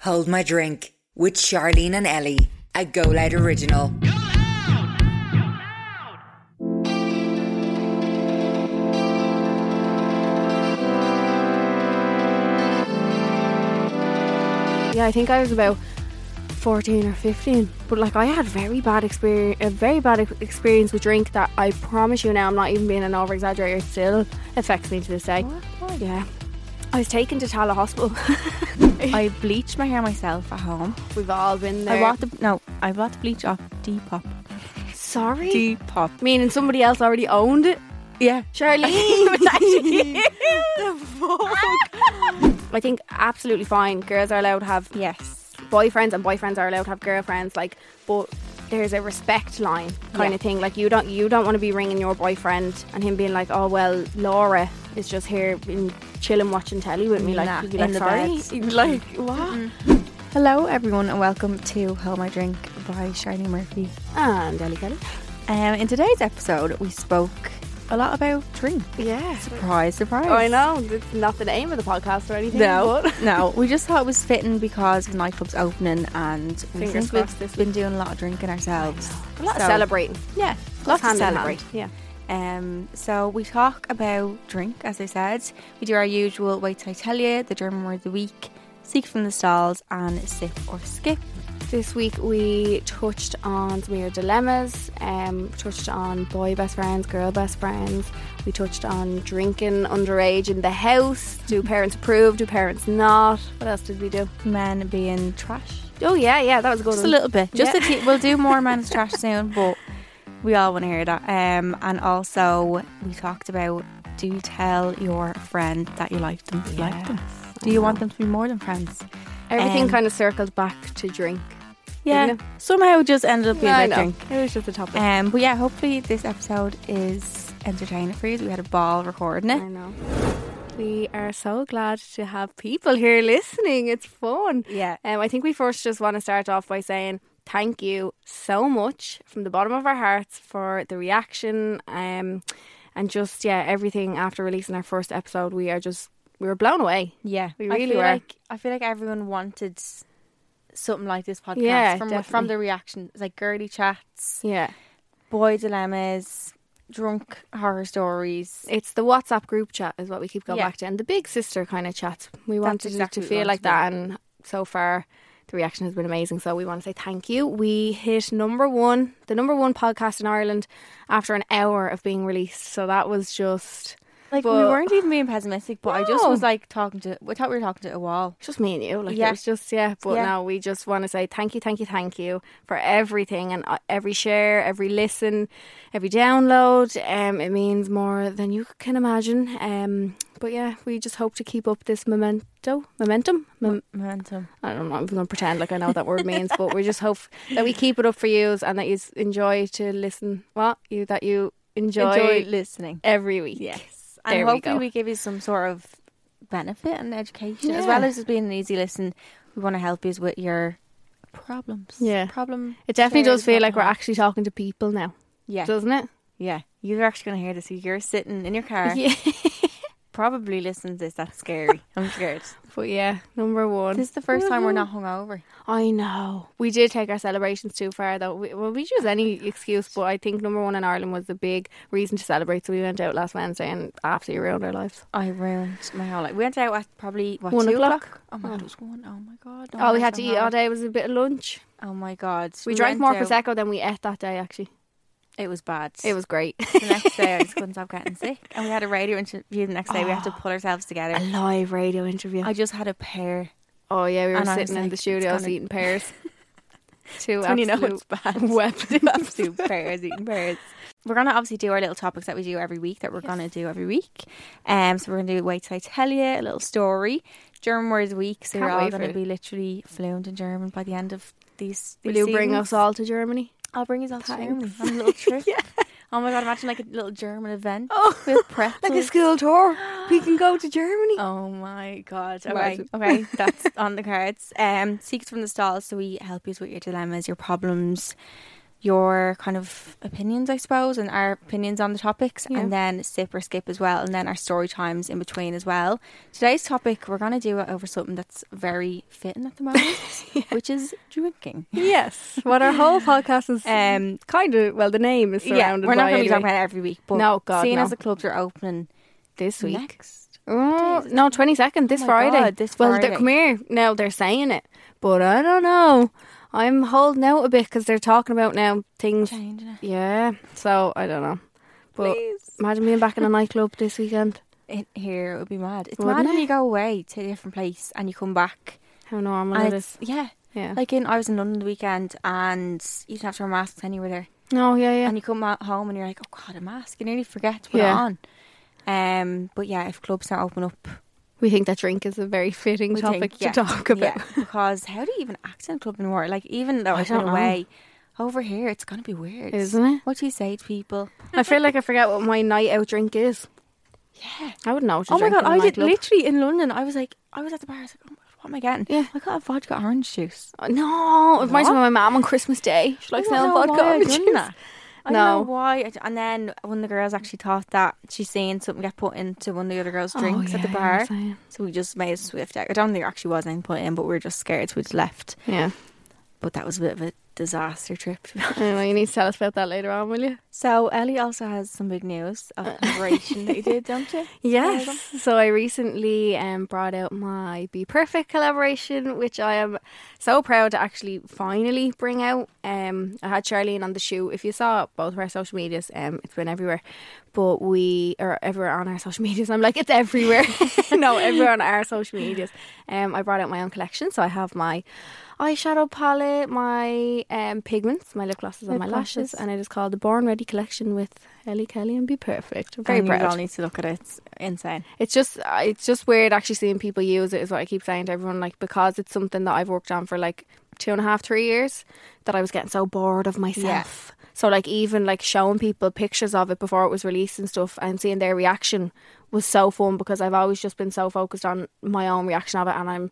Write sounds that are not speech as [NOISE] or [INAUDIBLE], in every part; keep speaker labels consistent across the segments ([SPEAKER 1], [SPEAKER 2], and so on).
[SPEAKER 1] Hold My Drink with Charlene and Ellie, a Go Loud original.
[SPEAKER 2] Yeah, I think I was about 14 or 15. But like I had very bad experience, a very bad ex- experience with drink that I promise you now I'm not even being an over exaggerator, it still affects me to this day. Yeah. I was taken to Tala Hospital. [LAUGHS]
[SPEAKER 3] I bleached my hair myself at home.
[SPEAKER 2] We've all been there.
[SPEAKER 3] I bought the no, I bought the bleach off
[SPEAKER 2] [LAUGHS]
[SPEAKER 3] Depop.
[SPEAKER 2] Sorry?
[SPEAKER 3] Depop.
[SPEAKER 2] Meaning somebody else already owned it?
[SPEAKER 3] Yeah.
[SPEAKER 2] Charlene! [LAUGHS]
[SPEAKER 3] It was actually you.
[SPEAKER 2] I think absolutely fine. Girls are allowed to have
[SPEAKER 3] yes.
[SPEAKER 2] boyfriends and boyfriends are allowed to have girlfriends like but there's a respect line kind
[SPEAKER 3] Yeah.
[SPEAKER 2] of thing like you don't you don't want to be ringing your boyfriend and him being like oh well Laura is just here in chilling watching telly with me like
[SPEAKER 3] Nah,
[SPEAKER 2] you'd be like
[SPEAKER 3] in the
[SPEAKER 2] sorry
[SPEAKER 3] beds. [LAUGHS]
[SPEAKER 2] You'd be like what
[SPEAKER 3] Hello everyone and welcome to Hold My Drink by Shiny Murphy.
[SPEAKER 2] and Ellie Kelly
[SPEAKER 3] Um, in today's episode we spoke a lot about drink.
[SPEAKER 2] yeah
[SPEAKER 3] Surprise,
[SPEAKER 2] [LAUGHS]
[SPEAKER 3] surprise.
[SPEAKER 2] I know it's not the name of the podcast or anything
[SPEAKER 3] No, [LAUGHS]
[SPEAKER 2] but-
[SPEAKER 3] no. We just thought it was fitting because the nightclub's opening and we
[SPEAKER 2] Fingers
[SPEAKER 3] think
[SPEAKER 2] crossed
[SPEAKER 3] we've
[SPEAKER 2] this
[SPEAKER 3] been doing a lot of drinking ourselves.
[SPEAKER 2] a lot
[SPEAKER 3] So,
[SPEAKER 2] of celebrating
[SPEAKER 3] Yeah, lots of
[SPEAKER 2] hand in hand.
[SPEAKER 3] celebrate.
[SPEAKER 2] yeah
[SPEAKER 3] Um, so we talk about drink, as I said. We do our usual wait till I tell you, the German word of the week, seek from the stalls, and sip or skip.
[SPEAKER 2] This week we touched on some of your dilemmas, um, touched on boy best friends, girl best friends. We touched on drinking underage in the house. Do
[SPEAKER 3] [LAUGHS]
[SPEAKER 2] parents approve? Do parents not? What else did we do?
[SPEAKER 3] Men being trash,
[SPEAKER 2] Oh yeah, yeah, that was a good.
[SPEAKER 3] just a
[SPEAKER 2] one.
[SPEAKER 3] little bit. Just
[SPEAKER 2] Yeah.
[SPEAKER 3] a te- we'll do more [LAUGHS] men's trash soon, but we all want to hear that. Um, and also we talked about do tell your friend that you like them. You like them. Do you want them to be more than friends?
[SPEAKER 2] Everything
[SPEAKER 3] um,
[SPEAKER 2] kind of circled back to drink.
[SPEAKER 3] Yeah.
[SPEAKER 2] Didn't
[SPEAKER 3] Somehow it just ended up being
[SPEAKER 2] I
[SPEAKER 3] about
[SPEAKER 2] know.
[SPEAKER 3] drink.
[SPEAKER 2] It was just a topic.
[SPEAKER 3] Um, but yeah, hopefully this episode is entertaining for you. We had a ball recording
[SPEAKER 2] I
[SPEAKER 3] it.
[SPEAKER 2] know. We are so glad to have people here listening. It's fun.
[SPEAKER 3] Yeah.
[SPEAKER 2] Um, I think we first just want to start off by saying thank you so much from the bottom of our hearts for the reaction um, and just, yeah, everything after releasing our first episode. We are just, we were blown away.
[SPEAKER 3] Yeah,
[SPEAKER 2] We
[SPEAKER 3] I
[SPEAKER 2] really
[SPEAKER 3] feel
[SPEAKER 2] were.
[SPEAKER 3] like I feel like everyone wanted s- something like this podcast
[SPEAKER 2] Yeah,
[SPEAKER 3] from from
[SPEAKER 2] definitely.
[SPEAKER 3] the reaction. It's like girly chats,
[SPEAKER 2] Yeah.
[SPEAKER 3] boy dilemmas, drunk horror stories.
[SPEAKER 2] It's the WhatsApp group chat, is what we keep going
[SPEAKER 3] Yeah.
[SPEAKER 2] back to, and the big sister kind of chats. We wanted
[SPEAKER 3] exactly
[SPEAKER 2] it
[SPEAKER 3] what
[SPEAKER 2] to
[SPEAKER 3] we
[SPEAKER 2] feel like that,
[SPEAKER 3] wanted to
[SPEAKER 2] and so far the reaction has been amazing. So we want to say thank you. We hit number one, the number one podcast in Ireland, after an hour of being released. So that was just
[SPEAKER 3] Like we
[SPEAKER 2] But-
[SPEAKER 3] weren't even being pessimistic, but I just
[SPEAKER 2] No.
[SPEAKER 3] was like talking to. I thought we were talking to a wall.
[SPEAKER 2] just me and you. Like
[SPEAKER 3] Yeah.
[SPEAKER 2] it was just yeah. But
[SPEAKER 3] Yeah.
[SPEAKER 2] now we just want to say thank you, thank you, thank you for everything and uh, every share, every listen, every download. Um, it means more than you can imagine. Um, but yeah, we just hope to keep up this memento, momentum. Mem-
[SPEAKER 3] Momentum.
[SPEAKER 2] I don't know. I'm going to pretend like I know what that word means, but we just hope that we keep it up for you and that you enjoy to listen. What you that you enjoy,
[SPEAKER 3] Enjoy listening.
[SPEAKER 2] every week.
[SPEAKER 3] Yes. And
[SPEAKER 2] There we
[SPEAKER 3] hopefully
[SPEAKER 2] go.
[SPEAKER 3] we, give you some sort of benefit and education as
[SPEAKER 2] Yeah.
[SPEAKER 3] well as just being an easy listen. We want to help you with your problems.
[SPEAKER 2] Yeah.
[SPEAKER 3] Problem.
[SPEAKER 2] It definitely
[SPEAKER 3] shares,
[SPEAKER 2] does feel like we're
[SPEAKER 3] problem.
[SPEAKER 2] actually talking to people now,
[SPEAKER 3] Yeah.
[SPEAKER 2] doesn't it?
[SPEAKER 3] yeah. You're actually going to hear this. You're sitting in your car.
[SPEAKER 2] Yeah. [LAUGHS]
[SPEAKER 3] Probably listening to this. That's scary.
[SPEAKER 2] [LAUGHS]
[SPEAKER 3] I'm scared.
[SPEAKER 2] But yeah, number one.
[SPEAKER 3] This is the first time we're not hungover.
[SPEAKER 2] I know. We did take our celebrations too far, though. We, well, we use any excuse, but I think number one in Ireland was the big reason to celebrate. So we went out last Wednesday and absolutely ruined our lives.
[SPEAKER 3] I ruined my whole life. We went out at probably, what,
[SPEAKER 2] One
[SPEAKER 3] two
[SPEAKER 2] o'clock?
[SPEAKER 3] Oh my God, it was one. Oh my God. no
[SPEAKER 2] All we
[SPEAKER 3] wonder
[SPEAKER 2] had to
[SPEAKER 3] I'm
[SPEAKER 2] eat all
[SPEAKER 3] hungover.
[SPEAKER 2] day was a bit of lunch.
[SPEAKER 3] Oh my God.
[SPEAKER 2] We, drank
[SPEAKER 3] went
[SPEAKER 2] more
[SPEAKER 3] out.
[SPEAKER 2] Prosecco than we ate that day, actually.
[SPEAKER 3] It was bad.
[SPEAKER 2] It was great.
[SPEAKER 3] the next day I just couldn't stop getting sick. And we had a radio interview the next day. We had to
[SPEAKER 2] [GASPS]
[SPEAKER 3] pull ourselves together.
[SPEAKER 2] [LAUGHS] a live radio interview.
[SPEAKER 3] I just had a pear.
[SPEAKER 2] oh yeah, we were
[SPEAKER 3] And I was
[SPEAKER 2] sitting in
[SPEAKER 3] like,
[SPEAKER 2] the
[SPEAKER 3] it's
[SPEAKER 2] studios
[SPEAKER 3] gonna-
[SPEAKER 2] eating pears. [LAUGHS] Two
[SPEAKER 3] When
[SPEAKER 2] absolute
[SPEAKER 3] you know it's [LAUGHS]
[SPEAKER 2] [LAUGHS]
[SPEAKER 3] bad.
[SPEAKER 2] weapons.
[SPEAKER 3] Absolute pears, eating pears. We're gonna obviously do our little topics that we do every week that we're gonna do every week. Um, so we're gonna do wait till I tell you a little story. German words week. So
[SPEAKER 2] Can't
[SPEAKER 3] you're all
[SPEAKER 2] wait for
[SPEAKER 3] gonna
[SPEAKER 2] it.
[SPEAKER 3] be literally fluent in German by the end of these.
[SPEAKER 2] Will you
[SPEAKER 3] these
[SPEAKER 2] bring
[SPEAKER 3] seasons.
[SPEAKER 2] us all to Germany?
[SPEAKER 3] I'll bring us all to
[SPEAKER 2] Thanks.
[SPEAKER 3] Germany
[SPEAKER 2] [LAUGHS]
[SPEAKER 3] on a little trip. Oh my god! Imagine like a little German event
[SPEAKER 2] Oh, [LAUGHS]
[SPEAKER 3] with pretzels.
[SPEAKER 2] school tour. We can [GASPS] go to Germany.
[SPEAKER 3] Oh my god. Okay.
[SPEAKER 2] Imagine.
[SPEAKER 3] Okay.
[SPEAKER 2] [LAUGHS]
[SPEAKER 3] That's on the cards. Um seeks from the stalls so we help you with your dilemmas, your problems, your kind of opinions, I suppose, and our opinions on the topics,
[SPEAKER 2] Yeah.
[SPEAKER 3] and then sip or skip as well, and then our story times in between as well. Today's topic, we're going to do it over something that's very fitting at the moment,
[SPEAKER 2] [LAUGHS]
[SPEAKER 3] which is drinking.
[SPEAKER 2] Yes. What our [LAUGHS] whole podcast is
[SPEAKER 3] Um,
[SPEAKER 2] kind of well, the name is surrounded
[SPEAKER 3] yeah, we're not
[SPEAKER 2] by
[SPEAKER 3] going to be
[SPEAKER 2] anyway.
[SPEAKER 3] talking about it every week, but
[SPEAKER 2] No, God,
[SPEAKER 3] seeing
[SPEAKER 2] no.
[SPEAKER 3] as the clubs are opening
[SPEAKER 2] this week.
[SPEAKER 3] next,
[SPEAKER 2] Oh, no, twenty second this
[SPEAKER 3] my
[SPEAKER 2] Friday.
[SPEAKER 3] God, this
[SPEAKER 2] well,
[SPEAKER 3] Friday.
[SPEAKER 2] They're, come here now. They're saying it, but I don't know. I'm holding out a bit because they're talking about now things.
[SPEAKER 3] changing it.
[SPEAKER 2] Yeah, so I don't know. But
[SPEAKER 3] Please.
[SPEAKER 2] imagine being back in a nightclub this weekend.
[SPEAKER 3] In here, it would be mad. It's
[SPEAKER 2] Wouldn't
[SPEAKER 3] mad when
[SPEAKER 2] it?
[SPEAKER 3] you go away to a different place and you come back.
[SPEAKER 2] How normal
[SPEAKER 3] And
[SPEAKER 2] it
[SPEAKER 3] it's,
[SPEAKER 2] is.
[SPEAKER 3] yeah,
[SPEAKER 2] Yeah.
[SPEAKER 3] like in I was in London the weekend and you didn't have to wear masks anywhere there.
[SPEAKER 2] no, yeah, yeah.
[SPEAKER 3] And you come out home and you're like, oh god, a mask. You nearly forget to put
[SPEAKER 2] Yeah.
[SPEAKER 3] it on. Um, but yeah, if clubs don't open up,
[SPEAKER 2] we think that drink is a very fitting
[SPEAKER 3] we
[SPEAKER 2] topic
[SPEAKER 3] think, yeah,
[SPEAKER 2] to talk about.
[SPEAKER 3] yeah, because how do you even act in a club anymore? Like even though
[SPEAKER 2] I
[SPEAKER 3] I
[SPEAKER 2] don't
[SPEAKER 3] went
[SPEAKER 2] know.
[SPEAKER 3] away, over here it's gonna be weird,
[SPEAKER 2] Isn't it?
[SPEAKER 3] What do you say to people?
[SPEAKER 2] [LAUGHS] I feel like I forget what my night out drink is.
[SPEAKER 3] Yeah.
[SPEAKER 2] I wouldn't know. What to
[SPEAKER 3] Oh my
[SPEAKER 2] drink
[SPEAKER 3] god,
[SPEAKER 2] in a
[SPEAKER 3] I did
[SPEAKER 2] nightclub.
[SPEAKER 3] literally in London. I was like, I was at the bar. I was like, oh my god, what am I getting?
[SPEAKER 2] Yeah.
[SPEAKER 3] I got a vodka orange juice.
[SPEAKER 2] Uh, No, it reminds me
[SPEAKER 3] What?
[SPEAKER 2] of my mum on Christmas Day. She likes
[SPEAKER 3] I
[SPEAKER 2] smelling
[SPEAKER 3] don't know
[SPEAKER 2] vodka
[SPEAKER 3] why I
[SPEAKER 2] oranges.
[SPEAKER 3] done that. I don't
[SPEAKER 2] No.
[SPEAKER 3] know why. I d- And then one of the girls actually thought that she's seen something get put into one of the other girls' drinks at the
[SPEAKER 2] Oh, yeah, yeah,
[SPEAKER 3] bar.
[SPEAKER 2] same.
[SPEAKER 3] so we just made a swift out. I don't think there actually was anything put in, but we were just scared, so we just left.
[SPEAKER 2] Yeah.
[SPEAKER 3] But that was a bit of a disaster trip. to be honest.
[SPEAKER 2] I know, you need to tell us about that later on, will you?
[SPEAKER 3] so Ellie also has some big news
[SPEAKER 2] [LAUGHS]
[SPEAKER 3] of collaboration that you did, don't you?
[SPEAKER 2] Yes. So I recently um, brought out my Be Perfect collaboration, which I am so proud to actually finally bring out. Um, I had Charlene on the shoot. If you saw both of our social medias, um, it's been everywhere. But we are everywhere on our social [LAUGHS] medias. I'm like, it's everywhere. [LAUGHS] no, everywhere on our social medias. Um, I brought out my own collection. So I have my eyeshadow palette, my um, pigments, my lip glosses, and
[SPEAKER 3] Lip
[SPEAKER 2] my
[SPEAKER 3] glosses.
[SPEAKER 2] lashes. And it is called the Born Ready Collection with Ellie Kelly and Be Perfect. I'm very
[SPEAKER 3] and
[SPEAKER 2] proud.
[SPEAKER 3] You all need to look at it. It's insane.
[SPEAKER 2] It's just uh, it's just weird actually seeing people use it is what I keep saying to everyone like because it's something that I've worked on for like two and a half three years that I was getting so bored of myself. So like even like showing people pictures of it before it was released and stuff and seeing their reaction was so fun because I've always just been so focused on my own reaction of it and I'm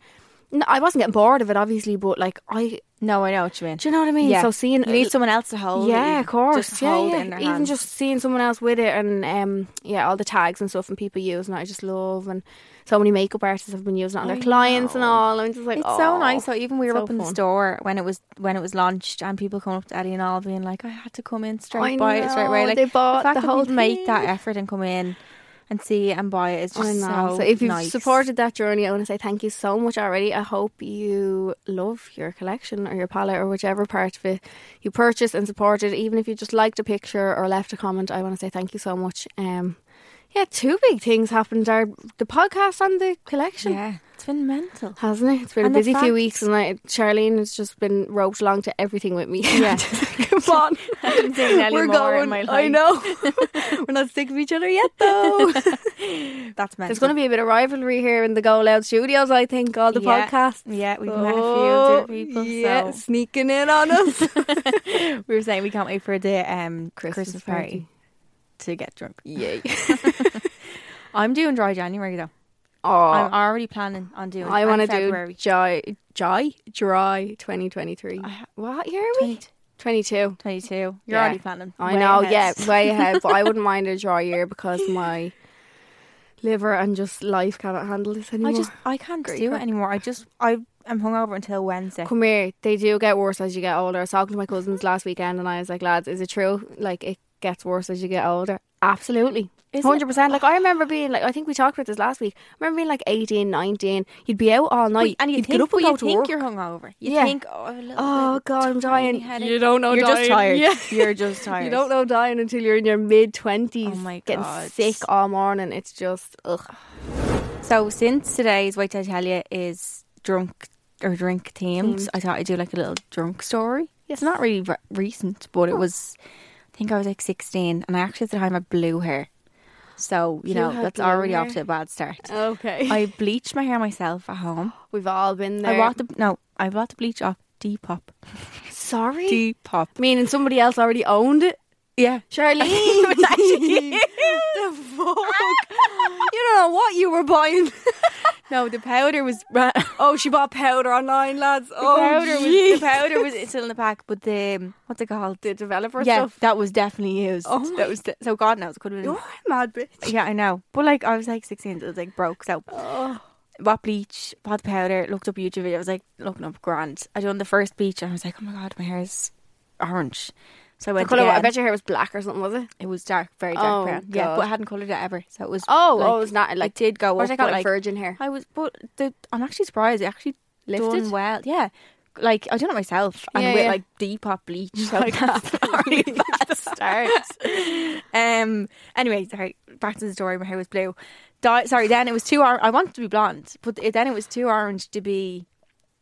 [SPEAKER 2] no, I wasn't getting bored of it obviously but like I
[SPEAKER 3] No, I know what you mean.
[SPEAKER 2] do you know what I mean? So seeing
[SPEAKER 3] you need someone else to hold. it,
[SPEAKER 2] yeah,
[SPEAKER 3] you
[SPEAKER 2] of course.
[SPEAKER 3] Just
[SPEAKER 2] yeah,
[SPEAKER 3] hold
[SPEAKER 2] yeah.
[SPEAKER 3] It in their
[SPEAKER 2] Even
[SPEAKER 3] hands.
[SPEAKER 2] just seeing someone else with it and um, yeah, all the tags and stuff and people using it, I just love. And so many makeup artists have been using it on their
[SPEAKER 3] I
[SPEAKER 2] clients and
[SPEAKER 3] know.
[SPEAKER 2] all. I'm just like,
[SPEAKER 3] It's so
[SPEAKER 2] "Oh."
[SPEAKER 3] nice. So even we were
[SPEAKER 2] so
[SPEAKER 3] up in the
[SPEAKER 2] fun.
[SPEAKER 3] store when it was when it was launched, and people coming up to Eddie and all being like, "I had to come in straight,
[SPEAKER 2] I
[SPEAKER 3] buy it straight away."
[SPEAKER 2] know,
[SPEAKER 3] Like
[SPEAKER 2] they bought
[SPEAKER 3] the fact
[SPEAKER 2] the
[SPEAKER 3] that
[SPEAKER 2] whole
[SPEAKER 3] people make that
[SPEAKER 2] thing.
[SPEAKER 3] effort and come in and see it and buy it is just
[SPEAKER 2] I know.
[SPEAKER 3] so.
[SPEAKER 2] So, if you've
[SPEAKER 3] nice.
[SPEAKER 2] supported that journey, I want to say thank you so much already. I hope you love your collection or your palette or whichever part of it you purchased and supported. Even if you just liked a picture or left a comment, I want to say thank you so much. Um, yeah, two big things happened: are the podcast and the collection.
[SPEAKER 3] yeah, it's been mental.
[SPEAKER 2] Hasn't it? It's been
[SPEAKER 3] And
[SPEAKER 2] a
[SPEAKER 3] the
[SPEAKER 2] busy
[SPEAKER 3] fact-
[SPEAKER 2] few weeks, and I, Charlene has just been roped along to everything with me. [LAUGHS]
[SPEAKER 3] Yeah.
[SPEAKER 2] come
[SPEAKER 3] [LAUGHS]
[SPEAKER 2] on, we're going. I know, [LAUGHS] we're not sick of each other yet, though. [LAUGHS]
[SPEAKER 3] [LAUGHS] That's mental.
[SPEAKER 2] There's going to be a bit of rivalry here in the Go Loud Studios. I think all the
[SPEAKER 3] yeah.
[SPEAKER 2] podcasts.
[SPEAKER 3] Yeah, we've met
[SPEAKER 2] Oh,
[SPEAKER 3] a few different people.
[SPEAKER 2] yeah,
[SPEAKER 3] So
[SPEAKER 2] sneaking in on
[SPEAKER 3] [LAUGHS]
[SPEAKER 2] us. [LAUGHS]
[SPEAKER 3] we were saying we can't wait for the um, Christmas, party,
[SPEAKER 2] party.
[SPEAKER 3] to get drunk.
[SPEAKER 2] Yay!
[SPEAKER 3] I'm doing dry January though. I'm
[SPEAKER 2] Oh,
[SPEAKER 3] already planning on doing.
[SPEAKER 2] I want to do
[SPEAKER 3] February.
[SPEAKER 2] Jai, Jai, Dry 2023.
[SPEAKER 3] I-
[SPEAKER 2] What year are we? 22.
[SPEAKER 3] 22. You're
[SPEAKER 2] Yeah.
[SPEAKER 3] already planning.
[SPEAKER 2] I
[SPEAKER 3] way
[SPEAKER 2] know,
[SPEAKER 3] ahead.
[SPEAKER 2] yeah, way ahead. but I
[SPEAKER 3] [LAUGHS]
[SPEAKER 2] wouldn't mind a dry year because my liver and just life cannot handle this anymore.
[SPEAKER 3] I just I can't
[SPEAKER 2] Great
[SPEAKER 3] do it
[SPEAKER 2] crack.
[SPEAKER 3] anymore. I just I am hungover until Wednesday.
[SPEAKER 2] come here. They do get worse as you get older. I was talking to my cousins last weekend, and I was like, lads, is it true? Like it gets worse as you get older. Absolutely.
[SPEAKER 3] Is it? Oh.
[SPEAKER 2] Hundred percent. Like I remember being like I think we talked about this last week. I remember being like 18, 19. You'd be out all night
[SPEAKER 3] and you
[SPEAKER 2] would
[SPEAKER 3] think,
[SPEAKER 2] get up and
[SPEAKER 3] well,
[SPEAKER 2] go
[SPEAKER 3] you
[SPEAKER 2] to
[SPEAKER 3] think
[SPEAKER 2] work.
[SPEAKER 3] you're hungover. You
[SPEAKER 2] Yeah.
[SPEAKER 3] think oh, a little
[SPEAKER 2] oh
[SPEAKER 3] bit
[SPEAKER 2] god, I'm
[SPEAKER 3] tiny
[SPEAKER 2] dying.
[SPEAKER 3] headache.
[SPEAKER 2] You don't know.
[SPEAKER 3] You're
[SPEAKER 2] dying.
[SPEAKER 3] just tired. [LAUGHS]
[SPEAKER 2] Yeah.
[SPEAKER 3] You're just
[SPEAKER 2] [LAUGHS]
[SPEAKER 3] tired.
[SPEAKER 2] You don't know dying until you're in your mid twenties.
[SPEAKER 3] Oh my
[SPEAKER 2] getting
[SPEAKER 3] God.
[SPEAKER 2] sick all morning. It's just ugh.
[SPEAKER 3] So since today's Wait Till I Tell You is drunk or drink themed, I thought I'd do like a little drunk story. It's not really re- recent, but it was. I think I was like 16, and I actually at the time I blew hair. So you
[SPEAKER 2] You
[SPEAKER 3] know
[SPEAKER 2] had
[SPEAKER 3] that's
[SPEAKER 2] blue
[SPEAKER 3] already
[SPEAKER 2] hair?
[SPEAKER 3] off to a bad
[SPEAKER 2] [LAUGHS]
[SPEAKER 3] start.
[SPEAKER 2] Okay.
[SPEAKER 3] [LAUGHS] I bleached my hair myself at home.
[SPEAKER 2] We've all been there.
[SPEAKER 3] I bought the no. I bought the bleach off Depop.
[SPEAKER 2] [LAUGHS] Sorry.
[SPEAKER 3] Depop.
[SPEAKER 2] Meaning somebody else already owned it.
[SPEAKER 3] Yeah.
[SPEAKER 2] Charlene. [LAUGHS] the fuck? you don't know what you were buying. [LAUGHS]
[SPEAKER 3] No, the powder was. [LAUGHS]
[SPEAKER 2] Oh, she bought powder online, lads. Oh,
[SPEAKER 3] powder was, the
[SPEAKER 2] jeez.
[SPEAKER 3] powder was still in the pack, but the um, what's it called?
[SPEAKER 2] the developer
[SPEAKER 3] yeah,
[SPEAKER 2] stuff.
[SPEAKER 3] that was definitely used.
[SPEAKER 2] Oh my-
[SPEAKER 3] that was de- so God knows could have been.
[SPEAKER 2] You're a mad bitch.
[SPEAKER 3] Yeah, I know. But like I was like sixteen, it was like broke. So
[SPEAKER 2] Oh.
[SPEAKER 3] what bleach, what powder? Looked up YouTube videos. Like looking up grand. I done the first bleach, and I was like, oh my God, my hair is orange. So I
[SPEAKER 2] The
[SPEAKER 3] went.
[SPEAKER 2] colour, I
[SPEAKER 3] again.
[SPEAKER 2] bet your hair was black or something, was it?
[SPEAKER 3] It was dark, very
[SPEAKER 2] Oh,
[SPEAKER 3] dark brown. Yeah,
[SPEAKER 2] God.
[SPEAKER 3] but I hadn't coloured it ever, so it was.
[SPEAKER 2] Oh,
[SPEAKER 3] like,
[SPEAKER 2] oh, it's not
[SPEAKER 3] like
[SPEAKER 2] like
[SPEAKER 3] did go
[SPEAKER 2] what
[SPEAKER 3] up.
[SPEAKER 2] do they call
[SPEAKER 3] but,
[SPEAKER 2] it?
[SPEAKER 3] like,
[SPEAKER 2] virgin hair.
[SPEAKER 3] I was, but the, I'm actually surprised. It actually
[SPEAKER 2] Lifted?
[SPEAKER 3] done well. Yeah, like I done it myself, and
[SPEAKER 2] Yeah,
[SPEAKER 3] with
[SPEAKER 2] yeah.
[SPEAKER 3] like deep hot [LAUGHS] bleach. So that's [LAUGHS] already a bad start. um. Anyway, sorry. Back to the story. My hair was blue. Di- sorry. Then it was too. Or- I wanted to be blonde, but it, then it was too orange to be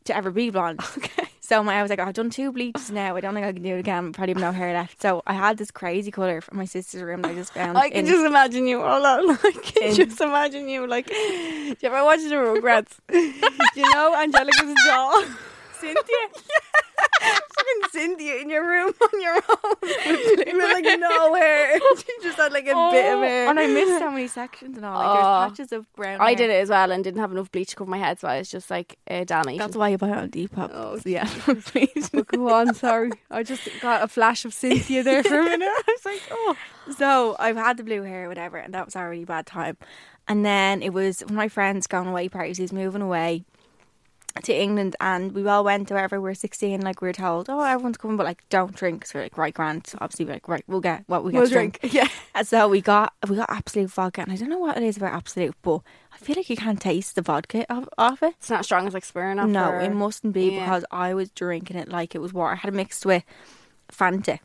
[SPEAKER 3] to ever be [LAUGHS] blonde.
[SPEAKER 2] Okay.
[SPEAKER 3] So my, I was like, I've done two bleaches now. I don't think I can do it again. Probably have no hair left. So I had this crazy color from my sister's room that I just found.
[SPEAKER 2] I can
[SPEAKER 3] in-
[SPEAKER 2] just imagine you. Hold on, [LAUGHS] I can
[SPEAKER 3] in-
[SPEAKER 2] just imagine you. Like, do you ever watch the Rugrats? [LAUGHS] do you know
[SPEAKER 3] [LAUGHS]
[SPEAKER 2] Angelica's doll, Cynthia? Fucking Cynthia in your room on your own [LAUGHS] with like no hair. [LAUGHS] She just had like a bit of
[SPEAKER 3] Oh,
[SPEAKER 2] hair.
[SPEAKER 3] And I [LAUGHS] missed so many sections and all. Like,
[SPEAKER 2] Oh.
[SPEAKER 3] there's patches of brown.
[SPEAKER 2] I
[SPEAKER 3] hair.
[SPEAKER 2] did it as well and didn't have enough bleach to cover my head, so I was just like uh, damnation.
[SPEAKER 3] That's why you buy it on Depop.
[SPEAKER 2] Oh,
[SPEAKER 3] [LAUGHS] yeah, please.
[SPEAKER 2] But go on, sorry. I just got a flash of Cynthia there for a minute. I was like, oh.
[SPEAKER 3] So I've had the blue hair, whatever, and that was a really bad time. And then it was one of my friends going away parties. He's moving away to England, and we all went to wherever we were sixteen. Like we were told, oh, everyone's coming, but like don't drink. So we're like, right, Grant. Obviously, we're like, right, we'll get what we get.
[SPEAKER 2] We'll
[SPEAKER 3] to drink. [LAUGHS]
[SPEAKER 2] drink, yeah.
[SPEAKER 3] And so we got we got absolute vodka, and I don't know what it is about absolute, but I feel like you can't taste the vodka of, of it.
[SPEAKER 2] It's not strong as like Smirnoff.
[SPEAKER 3] No,
[SPEAKER 2] or-
[SPEAKER 3] it mustn't be
[SPEAKER 2] Yeah.
[SPEAKER 3] because I was drinking it like it was water. I had it mixed with Fanta.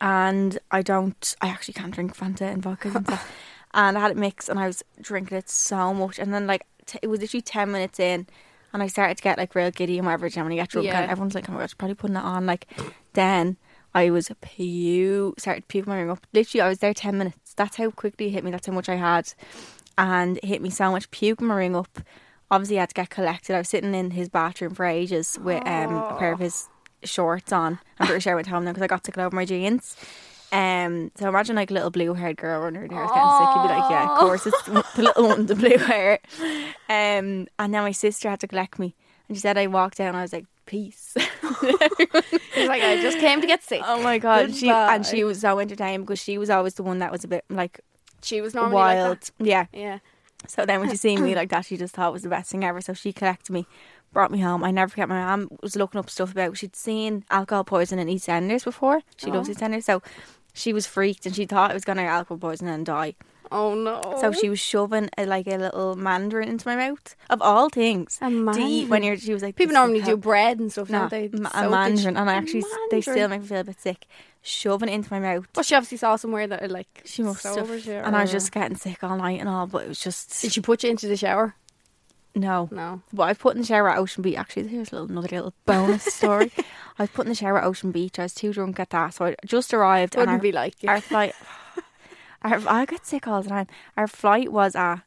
[SPEAKER 3] And I don't, I actually can't drink Fanta and vodka and stuff.
[SPEAKER 2] [LAUGHS]
[SPEAKER 3] and I had it mixed and I was drinking it so much. And then, like, t- it was literally 10 minutes in and I started to get, like, real giddy and whatever. And when you get drunk,
[SPEAKER 2] Yeah.
[SPEAKER 3] and everyone's like, oh my God, she's probably putting it on. Like, then I was pu started puking my room up. Literally, I was there 10 minutes. That's how quickly it hit me. That's how much I had. And it hit me so much, puking my ring up. Obviously, I had to get collected. I was sitting in his bathroom for ages with um, a pair of his shorts on. I'm pretty sure I went home then because I got tickled over my jeans. Um, so imagine like a little blue haired girl running her hair is getting sick. You'd be like, yeah, of course, it's the the little one with the blue hair. Um, and then my sister had to collect me. And she said I walked out and I was like, peace.
[SPEAKER 2] It's like I just came to get sick.
[SPEAKER 3] [LAUGHS] Oh [LAUGHS] my god, she and she
[SPEAKER 2] Goodbye.
[SPEAKER 3] was so entertained because she was always the one that was a bit like
[SPEAKER 2] She was normally like
[SPEAKER 3] wild.
[SPEAKER 2] that.
[SPEAKER 3] yeah.
[SPEAKER 2] Yeah.
[SPEAKER 3] So then when she seen [LAUGHS] me like that, she just thought it was the best thing ever. So she collected me, brought me home. I never forget. My mum was looking up stuff about. She'd seen alcohol poisoning in EastEnders before. She loves EastEnders, so she was freaked and she thought it was gonna alcohol poisoning and die.
[SPEAKER 2] Oh no.
[SPEAKER 3] So she was shoving a, like a little mandarin into my mouth of all things.
[SPEAKER 2] A
[SPEAKER 3] To eat when you're, she was like
[SPEAKER 2] people
[SPEAKER 3] "This will
[SPEAKER 2] normally do
[SPEAKER 3] help."
[SPEAKER 2] bread and stuff,
[SPEAKER 3] No,
[SPEAKER 2] don't they?
[SPEAKER 3] ma-
[SPEAKER 2] Soakage.
[SPEAKER 3] a mandarin, and I
[SPEAKER 2] A
[SPEAKER 3] actually s- they still
[SPEAKER 2] mandarin.
[SPEAKER 3] make me feel a bit sick. Shoving it into my mouth.
[SPEAKER 2] Well, she obviously saw somewhere that it, like
[SPEAKER 3] She must have.
[SPEAKER 2] sobered you
[SPEAKER 3] And I was
[SPEAKER 2] or-
[SPEAKER 3] just getting sick all night and all, but it was just
[SPEAKER 2] Did she put you into the shower?
[SPEAKER 3] no.
[SPEAKER 2] No.
[SPEAKER 3] But I put in the shower at Ocean Beach. Actually, here's a little another
[SPEAKER 2] [LAUGHS]
[SPEAKER 3] little bonus story. I put in the shower at Ocean Beach. I was too drunk at that, so I just arrived.
[SPEAKER 2] Wouldn't
[SPEAKER 3] and our,
[SPEAKER 2] be like you.
[SPEAKER 3] [LAUGHS] our flight. [SIGHS] Our, I get sick all the time. Our flight was at.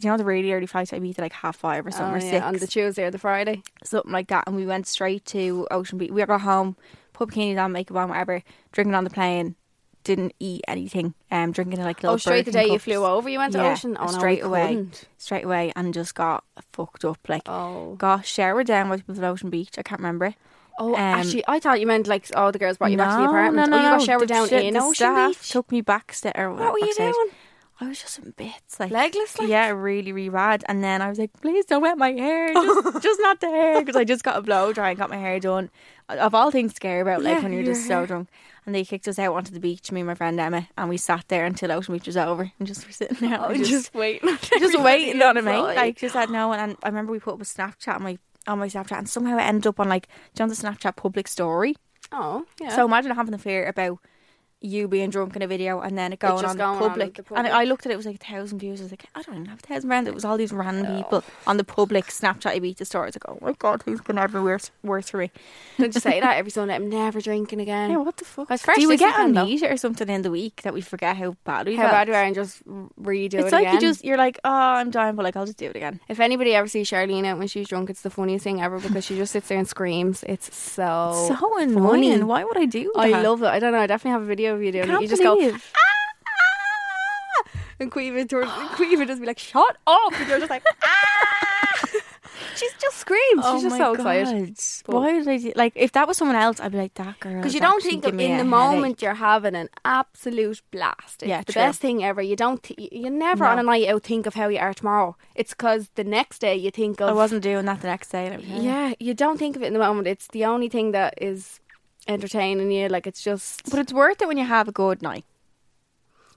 [SPEAKER 3] You know the really early flight to Ibiza, like half five or something,
[SPEAKER 2] Oh,
[SPEAKER 3] or
[SPEAKER 2] yeah,
[SPEAKER 3] six,
[SPEAKER 2] on the Tuesday or the Friday.
[SPEAKER 3] something like that. And we went straight to Ocean Beach. We got home, put bikinis on, makeup on, whatever. Drinking on the plane, didn't eat anything. Um, drinking in like little.
[SPEAKER 2] oh, straight the
[SPEAKER 3] Birkin
[SPEAKER 2] day you
[SPEAKER 3] cups
[SPEAKER 2] flew over, you went to Ocean. Oh, no, we
[SPEAKER 3] straight away,
[SPEAKER 2] couldn't.
[SPEAKER 3] straight away, and just got fucked up. Like,
[SPEAKER 2] Oh.
[SPEAKER 3] gosh, shower down with people at Ocean Beach. I can't remember. it.
[SPEAKER 2] Oh,
[SPEAKER 3] Um,
[SPEAKER 2] actually, I thought you meant like all the girls brought you back to the
[SPEAKER 3] No,
[SPEAKER 2] apartment.
[SPEAKER 3] No, no,
[SPEAKER 2] oh, you
[SPEAKER 3] no,
[SPEAKER 2] got showered
[SPEAKER 3] the
[SPEAKER 2] down
[SPEAKER 3] shit-
[SPEAKER 2] in
[SPEAKER 3] the
[SPEAKER 2] Ocean
[SPEAKER 3] staff
[SPEAKER 2] Beach.
[SPEAKER 3] Took me back sta- or
[SPEAKER 2] what were you
[SPEAKER 3] backstage.
[SPEAKER 2] doing?
[SPEAKER 3] I was just in bits, like
[SPEAKER 2] Legless, like?
[SPEAKER 3] Yeah, really, really bad. And then I was like, please don't wet
[SPEAKER 2] [LAUGHS]
[SPEAKER 3] my hair, just, just not the hair, because I just got a blow dry and got my hair done. Of all things to care about, like
[SPEAKER 2] Yeah,
[SPEAKER 3] when you're
[SPEAKER 2] your
[SPEAKER 3] just so
[SPEAKER 2] hair.
[SPEAKER 3] drunk. And they kicked us out onto the beach, me and my friend Emma, and we sat there until Ocean Beach was over, and just were sitting there,
[SPEAKER 2] Oh,
[SPEAKER 3] and
[SPEAKER 2] just,
[SPEAKER 3] [LAUGHS] just
[SPEAKER 2] [LAUGHS] waiting.
[SPEAKER 3] just waiting on it, mate.
[SPEAKER 2] outside.
[SPEAKER 3] Like just had no one. And I remember we put up a Snapchat on my on my Snapchat, and somehow it ended up on like do you know the Snapchat public story.
[SPEAKER 2] Oh, yeah. [LAUGHS]
[SPEAKER 3] So imagine having the fear about you being drunk in a video and then it going
[SPEAKER 2] just
[SPEAKER 3] on
[SPEAKER 2] going on
[SPEAKER 3] the public.
[SPEAKER 2] the
[SPEAKER 3] And
[SPEAKER 2] public.
[SPEAKER 3] I looked at it, it was like a thousand views. I was like, I don't even have a thousand friends. It was all these random people on the public Snapchat Ibiza story. I was like, oh my god, who's gonna ever worse worse for me?
[SPEAKER 2] Don't you say that every Sunday? I'm never drinking again.
[SPEAKER 3] Yeah, what the fuck?
[SPEAKER 2] I was fresh
[SPEAKER 3] Do we
[SPEAKER 2] this
[SPEAKER 3] get
[SPEAKER 2] weekend, though.
[SPEAKER 3] amnesia or something in the week that we forget how bad we
[SPEAKER 2] How
[SPEAKER 3] felt?
[SPEAKER 2] bad we are and just r- redo
[SPEAKER 3] It's
[SPEAKER 2] it
[SPEAKER 3] like
[SPEAKER 2] again.
[SPEAKER 3] you just you're like, oh, I'm dying, but like I'll just do it again.
[SPEAKER 2] If anybody ever sees Charlene out when she's drunk, it's the funniest thing ever because she just sits there and screams. It's so
[SPEAKER 3] so
[SPEAKER 2] funny.
[SPEAKER 3] annoying. Why would I do that?
[SPEAKER 2] Oh, I love it. I don't know. I definitely have a video of you doing it. You just go and Quiva towards Quiva just be like, "Shut up!" And you're just like, "Ah!" [LAUGHS] she's just screamed.
[SPEAKER 3] Oh
[SPEAKER 2] she's just
[SPEAKER 3] my
[SPEAKER 2] so excited.
[SPEAKER 3] God. Why did I do, like if that was someone else? I'd be like that girl.
[SPEAKER 2] Because
[SPEAKER 3] is
[SPEAKER 2] you don't
[SPEAKER 3] actually
[SPEAKER 2] think
[SPEAKER 3] giving
[SPEAKER 2] in
[SPEAKER 3] me
[SPEAKER 2] the
[SPEAKER 3] a headache."
[SPEAKER 2] moment you're having an absolute blast. It's
[SPEAKER 3] Yeah,
[SPEAKER 2] the
[SPEAKER 3] true.
[SPEAKER 2] best thing ever. You don't. Th- you never on a night out think of how you are tomorrow. It's because the next day you think of.
[SPEAKER 3] I wasn't doing that the next day. and everything.
[SPEAKER 2] Yeah, you don't think of it in the moment. It's the only thing that is entertaining you. Like it's just.
[SPEAKER 3] but it's worth it when you have a good night.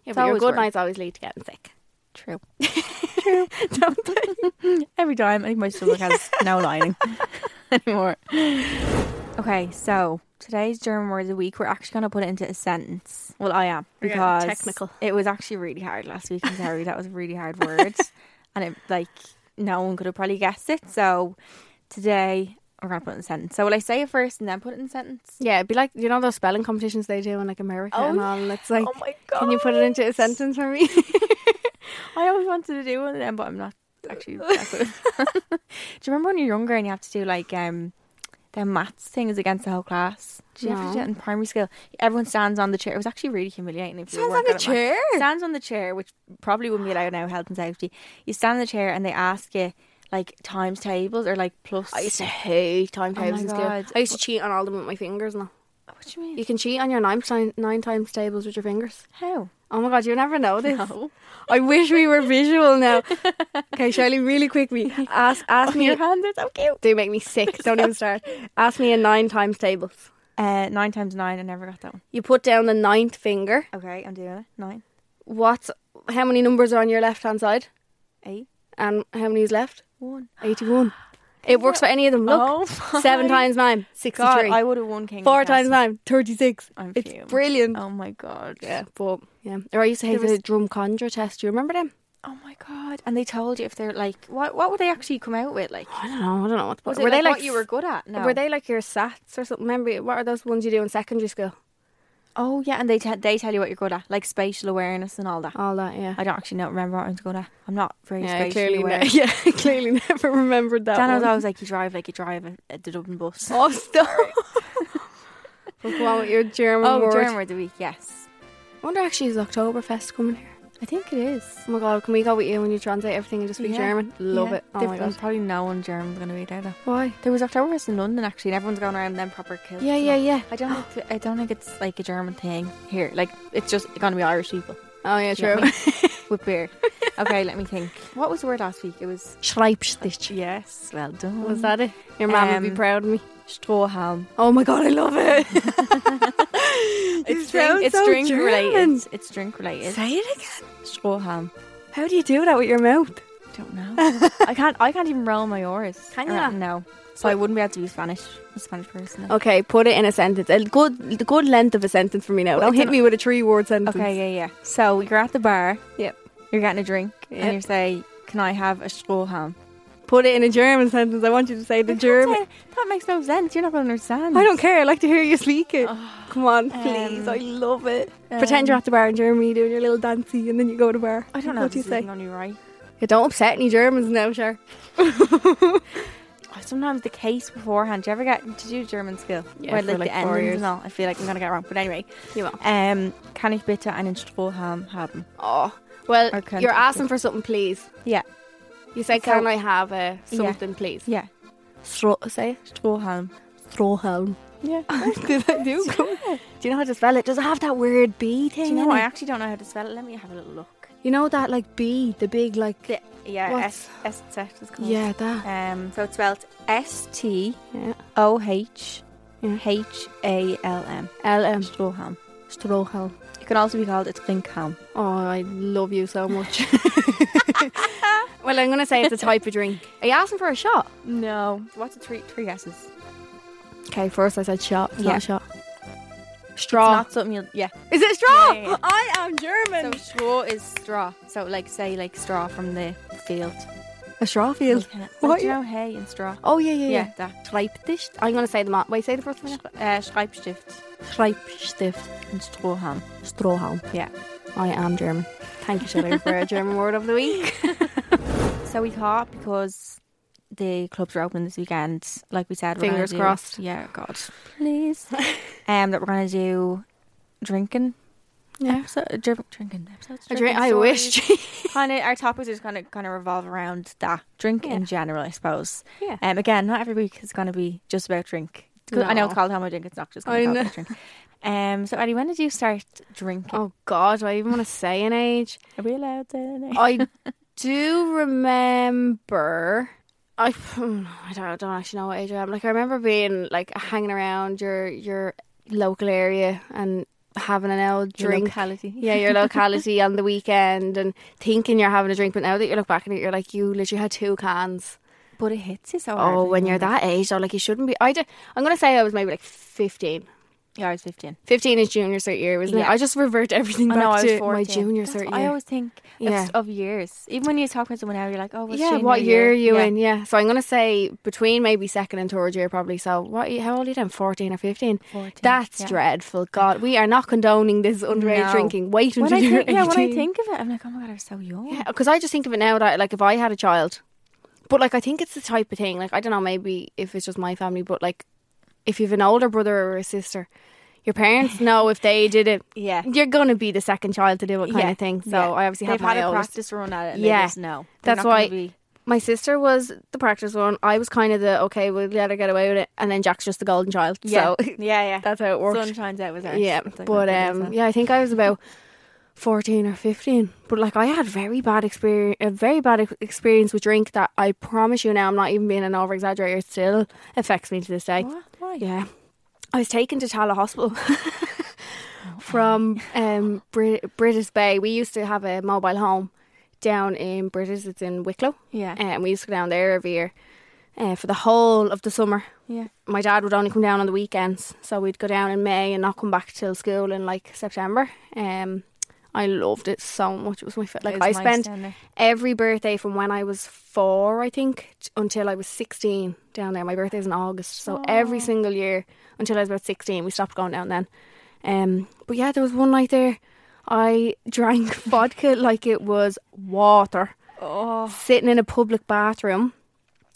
[SPEAKER 2] yeah,
[SPEAKER 3] it's
[SPEAKER 2] but your
[SPEAKER 3] always
[SPEAKER 2] good
[SPEAKER 3] worth-
[SPEAKER 2] nights always lead to getting sick.
[SPEAKER 3] True. True. [LAUGHS] Don't they? [LAUGHS] Every time, I think my stomach [LAUGHS] has no lining anymore. Okay, so today's German word of the week, we're actually going to put it into a sentence. Well, I am
[SPEAKER 2] We're getting
[SPEAKER 3] because
[SPEAKER 2] technical.
[SPEAKER 3] it was actually really hard last week. I'm sorry, that was a really hard [LAUGHS] word, and it like no one could have probably guessed it. So today we're going to put it in a sentence. So will I say it first and then put it in a sentence?
[SPEAKER 2] Yeah, it'd be like you know those spelling competitions they do in like America
[SPEAKER 3] Oh,
[SPEAKER 2] and all. And it's like,
[SPEAKER 3] oh my god!
[SPEAKER 2] can you put it into a sentence [LAUGHS] for me?
[SPEAKER 3] I always wanted to do one of them, but I'm not actually. that good.
[SPEAKER 2] [LAUGHS]
[SPEAKER 3] [LAUGHS] do you remember when you're younger and you have to do like um, the maths things against the whole class? Do you have to do
[SPEAKER 2] No.
[SPEAKER 3] that in primary school? Everyone stands on the chair. It was actually really humiliating. If you
[SPEAKER 2] Stands
[SPEAKER 3] weren't
[SPEAKER 2] on the
[SPEAKER 3] good at maths.
[SPEAKER 2] chair?
[SPEAKER 3] Stands on the chair, which probably wouldn't be allowed now, health and safety. You stand on the chair and they ask you like times tables or like plus.
[SPEAKER 2] I [LAUGHS] used to hate timetables
[SPEAKER 3] my
[SPEAKER 2] in school.
[SPEAKER 3] God.
[SPEAKER 2] I used to cheat on all of them with my fingers. Now
[SPEAKER 3] What do you mean?
[SPEAKER 2] you can cheat on your nine time, nine times tables with your fingers.
[SPEAKER 3] How?
[SPEAKER 2] Oh my god, you never know this. I wish we were visual [LAUGHS] now. okay, Shirley, really quickly ask ask [LAUGHS] me.
[SPEAKER 3] Your hands are so
[SPEAKER 2] [LAUGHS]
[SPEAKER 3] cute.
[SPEAKER 2] They make me sick. Don't even start. Ask me a nine times tables.
[SPEAKER 3] Uh, nine times nine. I never got that one.
[SPEAKER 2] You put down the ninth finger.
[SPEAKER 3] Okay, I'm doing it. Nine,
[SPEAKER 2] What's how many numbers are on your left hand side,
[SPEAKER 3] eight,
[SPEAKER 2] and how many is left?
[SPEAKER 3] one.
[SPEAKER 2] Eighty-one. It works for any of them. Look.
[SPEAKER 3] Oh my
[SPEAKER 2] Seven times nine,
[SPEAKER 3] God,
[SPEAKER 2] sixty-three.
[SPEAKER 3] I would have won King. of
[SPEAKER 2] Four times
[SPEAKER 3] Castles.
[SPEAKER 2] nine, 36.
[SPEAKER 3] I'm
[SPEAKER 2] it's
[SPEAKER 3] fuming.
[SPEAKER 2] brilliant.
[SPEAKER 3] Oh my god.
[SPEAKER 2] Yeah, but yeah. Or I used to hate
[SPEAKER 3] There was-
[SPEAKER 2] the drum conjure test. Do you remember them?
[SPEAKER 3] Oh my god. And they told you if they're like, what what would they actually come out with? Like,
[SPEAKER 2] I don't know. I don't know what.
[SPEAKER 3] was
[SPEAKER 2] were
[SPEAKER 3] it
[SPEAKER 2] they like
[SPEAKER 3] what you were good at? No.
[SPEAKER 2] Were they like your SATs or something? Remember what are those ones you do in secondary school?
[SPEAKER 3] Oh yeah, and they te- they tell you what you're good at, like spatial awareness and all that.
[SPEAKER 2] All that, yeah.
[SPEAKER 3] I don't actually know remember what I was good at. I'm not very
[SPEAKER 2] yeah, clearly,
[SPEAKER 3] spatially aware. [LAUGHS]
[SPEAKER 2] ne- [LAUGHS] yeah, clearly never remembered that.
[SPEAKER 3] Dan was
[SPEAKER 2] one.
[SPEAKER 3] always like, you drive like you drive a, a the Dublin bus.
[SPEAKER 2] Oh, stop. [LAUGHS] well, come on with your German
[SPEAKER 3] [LAUGHS] Oh,
[SPEAKER 2] word.
[SPEAKER 3] German word of the week. Yes,
[SPEAKER 2] I wonder actually is Oktoberfest coming here?
[SPEAKER 3] I think it is.
[SPEAKER 2] Oh my god, can we go with you when you translate everything and just speak
[SPEAKER 3] Yeah.
[SPEAKER 2] German? Love
[SPEAKER 3] Yeah.
[SPEAKER 2] it. Oh
[SPEAKER 3] There-
[SPEAKER 2] my
[SPEAKER 3] there's
[SPEAKER 2] god.
[SPEAKER 3] probably no one German's going to be there though.
[SPEAKER 2] Why?
[SPEAKER 3] There was Oktoberfest in London actually, and everyone's going around in them proper kilts.
[SPEAKER 2] Yeah,
[SPEAKER 3] and
[SPEAKER 2] yeah, yeah.
[SPEAKER 3] I don't think I don't think it's like a German thing here. Like it's just gonna be Irish people
[SPEAKER 2] Oh yeah,
[SPEAKER 3] Do you know
[SPEAKER 2] true. [LAUGHS]
[SPEAKER 3] with beer. okay, let me think. What was the word last week? It was
[SPEAKER 2] Schreibstitch.
[SPEAKER 3] yes. Well done.
[SPEAKER 2] Was that it? Your mum would
[SPEAKER 3] Um,
[SPEAKER 2] be proud of me.
[SPEAKER 3] Strohhalm?
[SPEAKER 2] Oh my god, I love [LAUGHS] it.
[SPEAKER 3] It's
[SPEAKER 2] sounds
[SPEAKER 3] It's
[SPEAKER 2] so
[SPEAKER 3] drink
[SPEAKER 2] German.
[SPEAKER 3] related. It's drink related.
[SPEAKER 2] Say it again.
[SPEAKER 3] Strohhalm.
[SPEAKER 2] How do you do that with your mouth?
[SPEAKER 3] I don't [LAUGHS] know. I can't. I can't even roll my R's.
[SPEAKER 2] Can
[SPEAKER 3] Or
[SPEAKER 2] you
[SPEAKER 3] not-
[SPEAKER 2] not?
[SPEAKER 3] No. So I wouldn't be able to be Spanish. A Spanish person. then.
[SPEAKER 2] Okay, put it in a sentence. A good, the good length of a sentence for me now.
[SPEAKER 3] Well,
[SPEAKER 2] Don't
[SPEAKER 3] it's
[SPEAKER 2] hit
[SPEAKER 3] an-
[SPEAKER 2] me with a three-word sentence.
[SPEAKER 3] Oh, Okay. Yeah. Yeah. So you're at the bar.
[SPEAKER 2] Yep.
[SPEAKER 3] You're getting a drink,
[SPEAKER 2] Yep.
[SPEAKER 3] and you say, "Can I have a strohhalm?"
[SPEAKER 2] Put it in a German sentence. I want you to say the
[SPEAKER 3] That's
[SPEAKER 2] German.
[SPEAKER 3] it. That makes no sense. You're not going to understand.
[SPEAKER 2] I don't care. I like to hear you speak it. Come on,
[SPEAKER 3] Um,
[SPEAKER 2] please. I love it.
[SPEAKER 3] um,
[SPEAKER 2] Pretend you're at the bar in Germany doing your little dancey, and then you go to bar.
[SPEAKER 3] I don't know.
[SPEAKER 2] What do you say?
[SPEAKER 3] On you right.
[SPEAKER 2] Yeah, don't upset any Germans now, sure.
[SPEAKER 3] Oh, Sometimes the case beforehand. Do you ever get to do German school?
[SPEAKER 2] Yeah,
[SPEAKER 3] Where,
[SPEAKER 2] for
[SPEAKER 3] like,
[SPEAKER 2] like
[SPEAKER 3] the
[SPEAKER 2] four
[SPEAKER 3] endings
[SPEAKER 2] years.
[SPEAKER 3] and all. I feel like I'm gonna get it wrong. But anyway,
[SPEAKER 2] You won't.
[SPEAKER 3] um, kann ich bitte einen Strohhalm haben?
[SPEAKER 2] Oh, well,
[SPEAKER 3] Or can
[SPEAKER 2] you're
[SPEAKER 3] I-
[SPEAKER 2] asking for something, please.
[SPEAKER 3] Yeah,
[SPEAKER 2] You say,
[SPEAKER 3] So-
[SPEAKER 2] "Can I have a something, please?"
[SPEAKER 3] yeah.
[SPEAKER 2] Stro- say
[SPEAKER 3] Strohhalm.
[SPEAKER 2] Strohhalm. [LAUGHS]
[SPEAKER 3] Yeah.
[SPEAKER 2] Did I do? Cool. Do you know how to spell it? Does it have that weird B thing?
[SPEAKER 3] Do you know
[SPEAKER 2] in
[SPEAKER 3] what? I
[SPEAKER 2] it?
[SPEAKER 3] actually don't know how to spell it. Let me have a little look.
[SPEAKER 2] You know that like B, the big like.
[SPEAKER 3] The, yeah,
[SPEAKER 2] What?
[SPEAKER 3] S S Z is called.
[SPEAKER 2] yeah, that.
[SPEAKER 3] Um, so it's spelled S T
[SPEAKER 2] Yeah.
[SPEAKER 3] O H
[SPEAKER 2] Yeah.
[SPEAKER 3] H A L M.
[SPEAKER 2] L M
[SPEAKER 3] Strohhalm.
[SPEAKER 2] Strohhalm.
[SPEAKER 3] It can also be called a drinkhalm.
[SPEAKER 2] Oh, I love you so [LAUGHS] much. well, I'm gonna say it's a type of drink. Are you asking for a shot?
[SPEAKER 3] No. What's a three three S's?
[SPEAKER 2] Okay, first I said shot. It's
[SPEAKER 3] Yeah.
[SPEAKER 2] not a shot. Straw.
[SPEAKER 3] Not something you'll. Yeah.
[SPEAKER 2] Is it straw?
[SPEAKER 3] Yeah, yeah, yeah.
[SPEAKER 2] I am
[SPEAKER 3] So
[SPEAKER 2] German.
[SPEAKER 3] straw is straw. So like say like straw from the field.
[SPEAKER 2] a straw field.
[SPEAKER 3] What you know hay and straw.
[SPEAKER 2] Oh yeah, yeah, yeah.
[SPEAKER 3] Yeah, that.
[SPEAKER 2] Schreibtisch. I'm gonna say them all. Wait, say the first one. now.
[SPEAKER 3] Uh, Schreibstift
[SPEAKER 2] Schreibstift.
[SPEAKER 3] and Strohhalm.
[SPEAKER 2] Strohhalm.
[SPEAKER 3] Yeah.
[SPEAKER 2] I am German. Thank you, Shirley, for a German word of the [LAUGHS] week.
[SPEAKER 3] So we thought because the clubs are open this weekend, like we said, we're gonna
[SPEAKER 2] Fingers
[SPEAKER 3] do-
[SPEAKER 2] crossed.
[SPEAKER 3] [LAUGHS] Yeah, God, please. um, that we're gonna do drinking
[SPEAKER 2] Yeah.
[SPEAKER 3] Episode, drink, drinking episodes.
[SPEAKER 2] I,
[SPEAKER 3] drinking
[SPEAKER 2] drink, I wish. [LAUGHS]
[SPEAKER 3] stories. kind of our topics are just kind of kind of revolve around that drink in
[SPEAKER 2] Yeah.
[SPEAKER 3] general, I suppose.
[SPEAKER 2] Yeah.
[SPEAKER 3] Um. Again, not every week is going to be just about drink. 'Cause I know
[SPEAKER 2] No.
[SPEAKER 3] it's called Homo Drink. It's not just
[SPEAKER 2] I
[SPEAKER 3] going to
[SPEAKER 2] know.
[SPEAKER 3] be drink. Um. So, Eddie, when did you start drinking?
[SPEAKER 2] oh God, do I even want to say an age?
[SPEAKER 3] Are we allowed to? [LAUGHS]
[SPEAKER 2] I do remember. I, [SIGHS] I don't, I don't actually know what age I am. Like I remember being like hanging around your your local area and having an old drink.
[SPEAKER 3] Locality.
[SPEAKER 2] Yeah, your locality on the weekend and thinking you're having a drink, but now that you look back on it, you're like you literally had two cans.
[SPEAKER 3] But it hits you so hard.
[SPEAKER 2] Oh, when
[SPEAKER 3] you
[SPEAKER 2] you're
[SPEAKER 3] know.
[SPEAKER 2] that age, though, like you shouldn't be. I did, I'm gonna say I was maybe like 15.
[SPEAKER 3] Yeah, I was 15.
[SPEAKER 2] 15 is junior cert year, wasn't
[SPEAKER 3] Yeah.
[SPEAKER 2] it? I just revert everything
[SPEAKER 3] Oh,
[SPEAKER 2] back
[SPEAKER 3] no, I was
[SPEAKER 2] to
[SPEAKER 3] 14.
[SPEAKER 2] my junior
[SPEAKER 3] That's
[SPEAKER 2] cert
[SPEAKER 3] what I
[SPEAKER 2] year.
[SPEAKER 3] always think
[SPEAKER 2] Yeah.
[SPEAKER 3] of, of years. Even when you talk about someone now, you're like, oh, what's
[SPEAKER 2] yeah,
[SPEAKER 3] junior
[SPEAKER 2] what year are you
[SPEAKER 3] Yeah.
[SPEAKER 2] in? [LAUGHS] Yeah, so I'm gonna say between maybe second and third year, probably. So what? How old are you then? 14 or 15?
[SPEAKER 3] 14,
[SPEAKER 2] That's
[SPEAKER 3] yeah.
[SPEAKER 2] dreadful. God, we are not condoning this underage
[SPEAKER 3] No.
[SPEAKER 2] drinking. Wait
[SPEAKER 3] When
[SPEAKER 2] until
[SPEAKER 3] I
[SPEAKER 2] you're
[SPEAKER 3] think, yeah, when I
[SPEAKER 2] 18.
[SPEAKER 3] think of it, I'm like, oh my god, I was so young.
[SPEAKER 2] Yeah, because I just think of it now that like if I had a child, but like I think it's the type of thing. Like I don't know, maybe if it's just my family, but like if you've an older brother or a sister, your
[SPEAKER 3] [LAUGHS]
[SPEAKER 2] parents know if they did it,
[SPEAKER 3] Yeah.
[SPEAKER 2] you're gonna be the second child to do it kind
[SPEAKER 3] Yeah,
[SPEAKER 2] of thing. So
[SPEAKER 3] yeah.
[SPEAKER 2] I obviously
[SPEAKER 3] They've
[SPEAKER 2] have my
[SPEAKER 3] had a
[SPEAKER 2] oldest.
[SPEAKER 3] practice run at it. And
[SPEAKER 2] Yeah.
[SPEAKER 3] they just know. They're
[SPEAKER 2] That's
[SPEAKER 3] not gonna
[SPEAKER 2] why- [LAUGHS]
[SPEAKER 3] Be,
[SPEAKER 2] My sister was the practice one. I was kind of the okay, we'll let her get away with it, and then Jack's just the golden child.
[SPEAKER 3] yeah,
[SPEAKER 2] So
[SPEAKER 3] [LAUGHS] yeah, yeah.
[SPEAKER 2] [LAUGHS] that's how it works.
[SPEAKER 3] Sun shines out with ours.
[SPEAKER 2] Yeah,
[SPEAKER 3] It's like, "Oh
[SPEAKER 2] but
[SPEAKER 3] okay, there's
[SPEAKER 2] um,
[SPEAKER 3] that.
[SPEAKER 2] yeah, I think I was about fourteen or fifteen. But like, I had very bad experience, a very bad ex- experience with drink that I promise you now, I'm not even being an over exaggerator. It still affects me to this day.
[SPEAKER 3] What? Why?
[SPEAKER 2] Yeah, I was taken to Tala Hospital. [LAUGHS]
[SPEAKER 3] Oh.
[SPEAKER 2] From um, Bri- British Bay, we used to have a mobile home down in British. It's in Wicklow,
[SPEAKER 3] Yeah.
[SPEAKER 2] and we used to go down there every year uh, for the whole of the summer
[SPEAKER 3] yeah.
[SPEAKER 2] my dad would only come down on the weekends, so we'd go down in May and not come back till school in like September. Um, I loved it so much. It was my fa- like
[SPEAKER 3] It's
[SPEAKER 2] I
[SPEAKER 3] nice
[SPEAKER 2] spent
[SPEAKER 3] down there.
[SPEAKER 2] every birthday from when I was four, I think, t- until I was sixteen down there. My birthday's in August, so every single year until I was about sixteen, we stopped going down then. Um, but yeah, there was one night there, I drank [LAUGHS] vodka like it was water
[SPEAKER 3] Oh,
[SPEAKER 2] sitting in a public bathroom,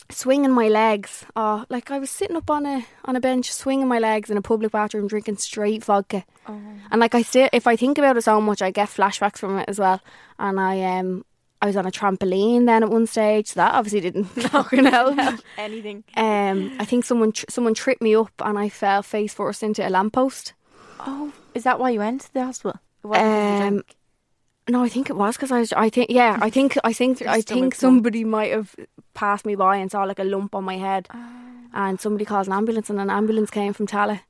[SPEAKER 2] swinging my legs. Oh, like I was sitting up on a on a bench, swinging my legs in a public bathroom, drinking straight vodka. And like I still, if I think about it so much, I get flashbacks from it as well. And I um, I was on a trampoline then at one stage. So that obviously didn't [LAUGHS] fucking help.
[SPEAKER 3] anything.
[SPEAKER 2] Um, I think someone tr- someone tripped me up and I fell face first into a lamppost.
[SPEAKER 3] Oh, is that why you went to the hospital? What
[SPEAKER 2] Um, no, I think it was because I was. I think yeah. I think I think
[SPEAKER 3] [LAUGHS] You're
[SPEAKER 2] I
[SPEAKER 3] still
[SPEAKER 2] think
[SPEAKER 3] a cunt.
[SPEAKER 2] somebody might have passed me by and saw like a lump on my head,
[SPEAKER 3] Oh.
[SPEAKER 2] and somebody called an ambulance, and an ambulance came from Tala.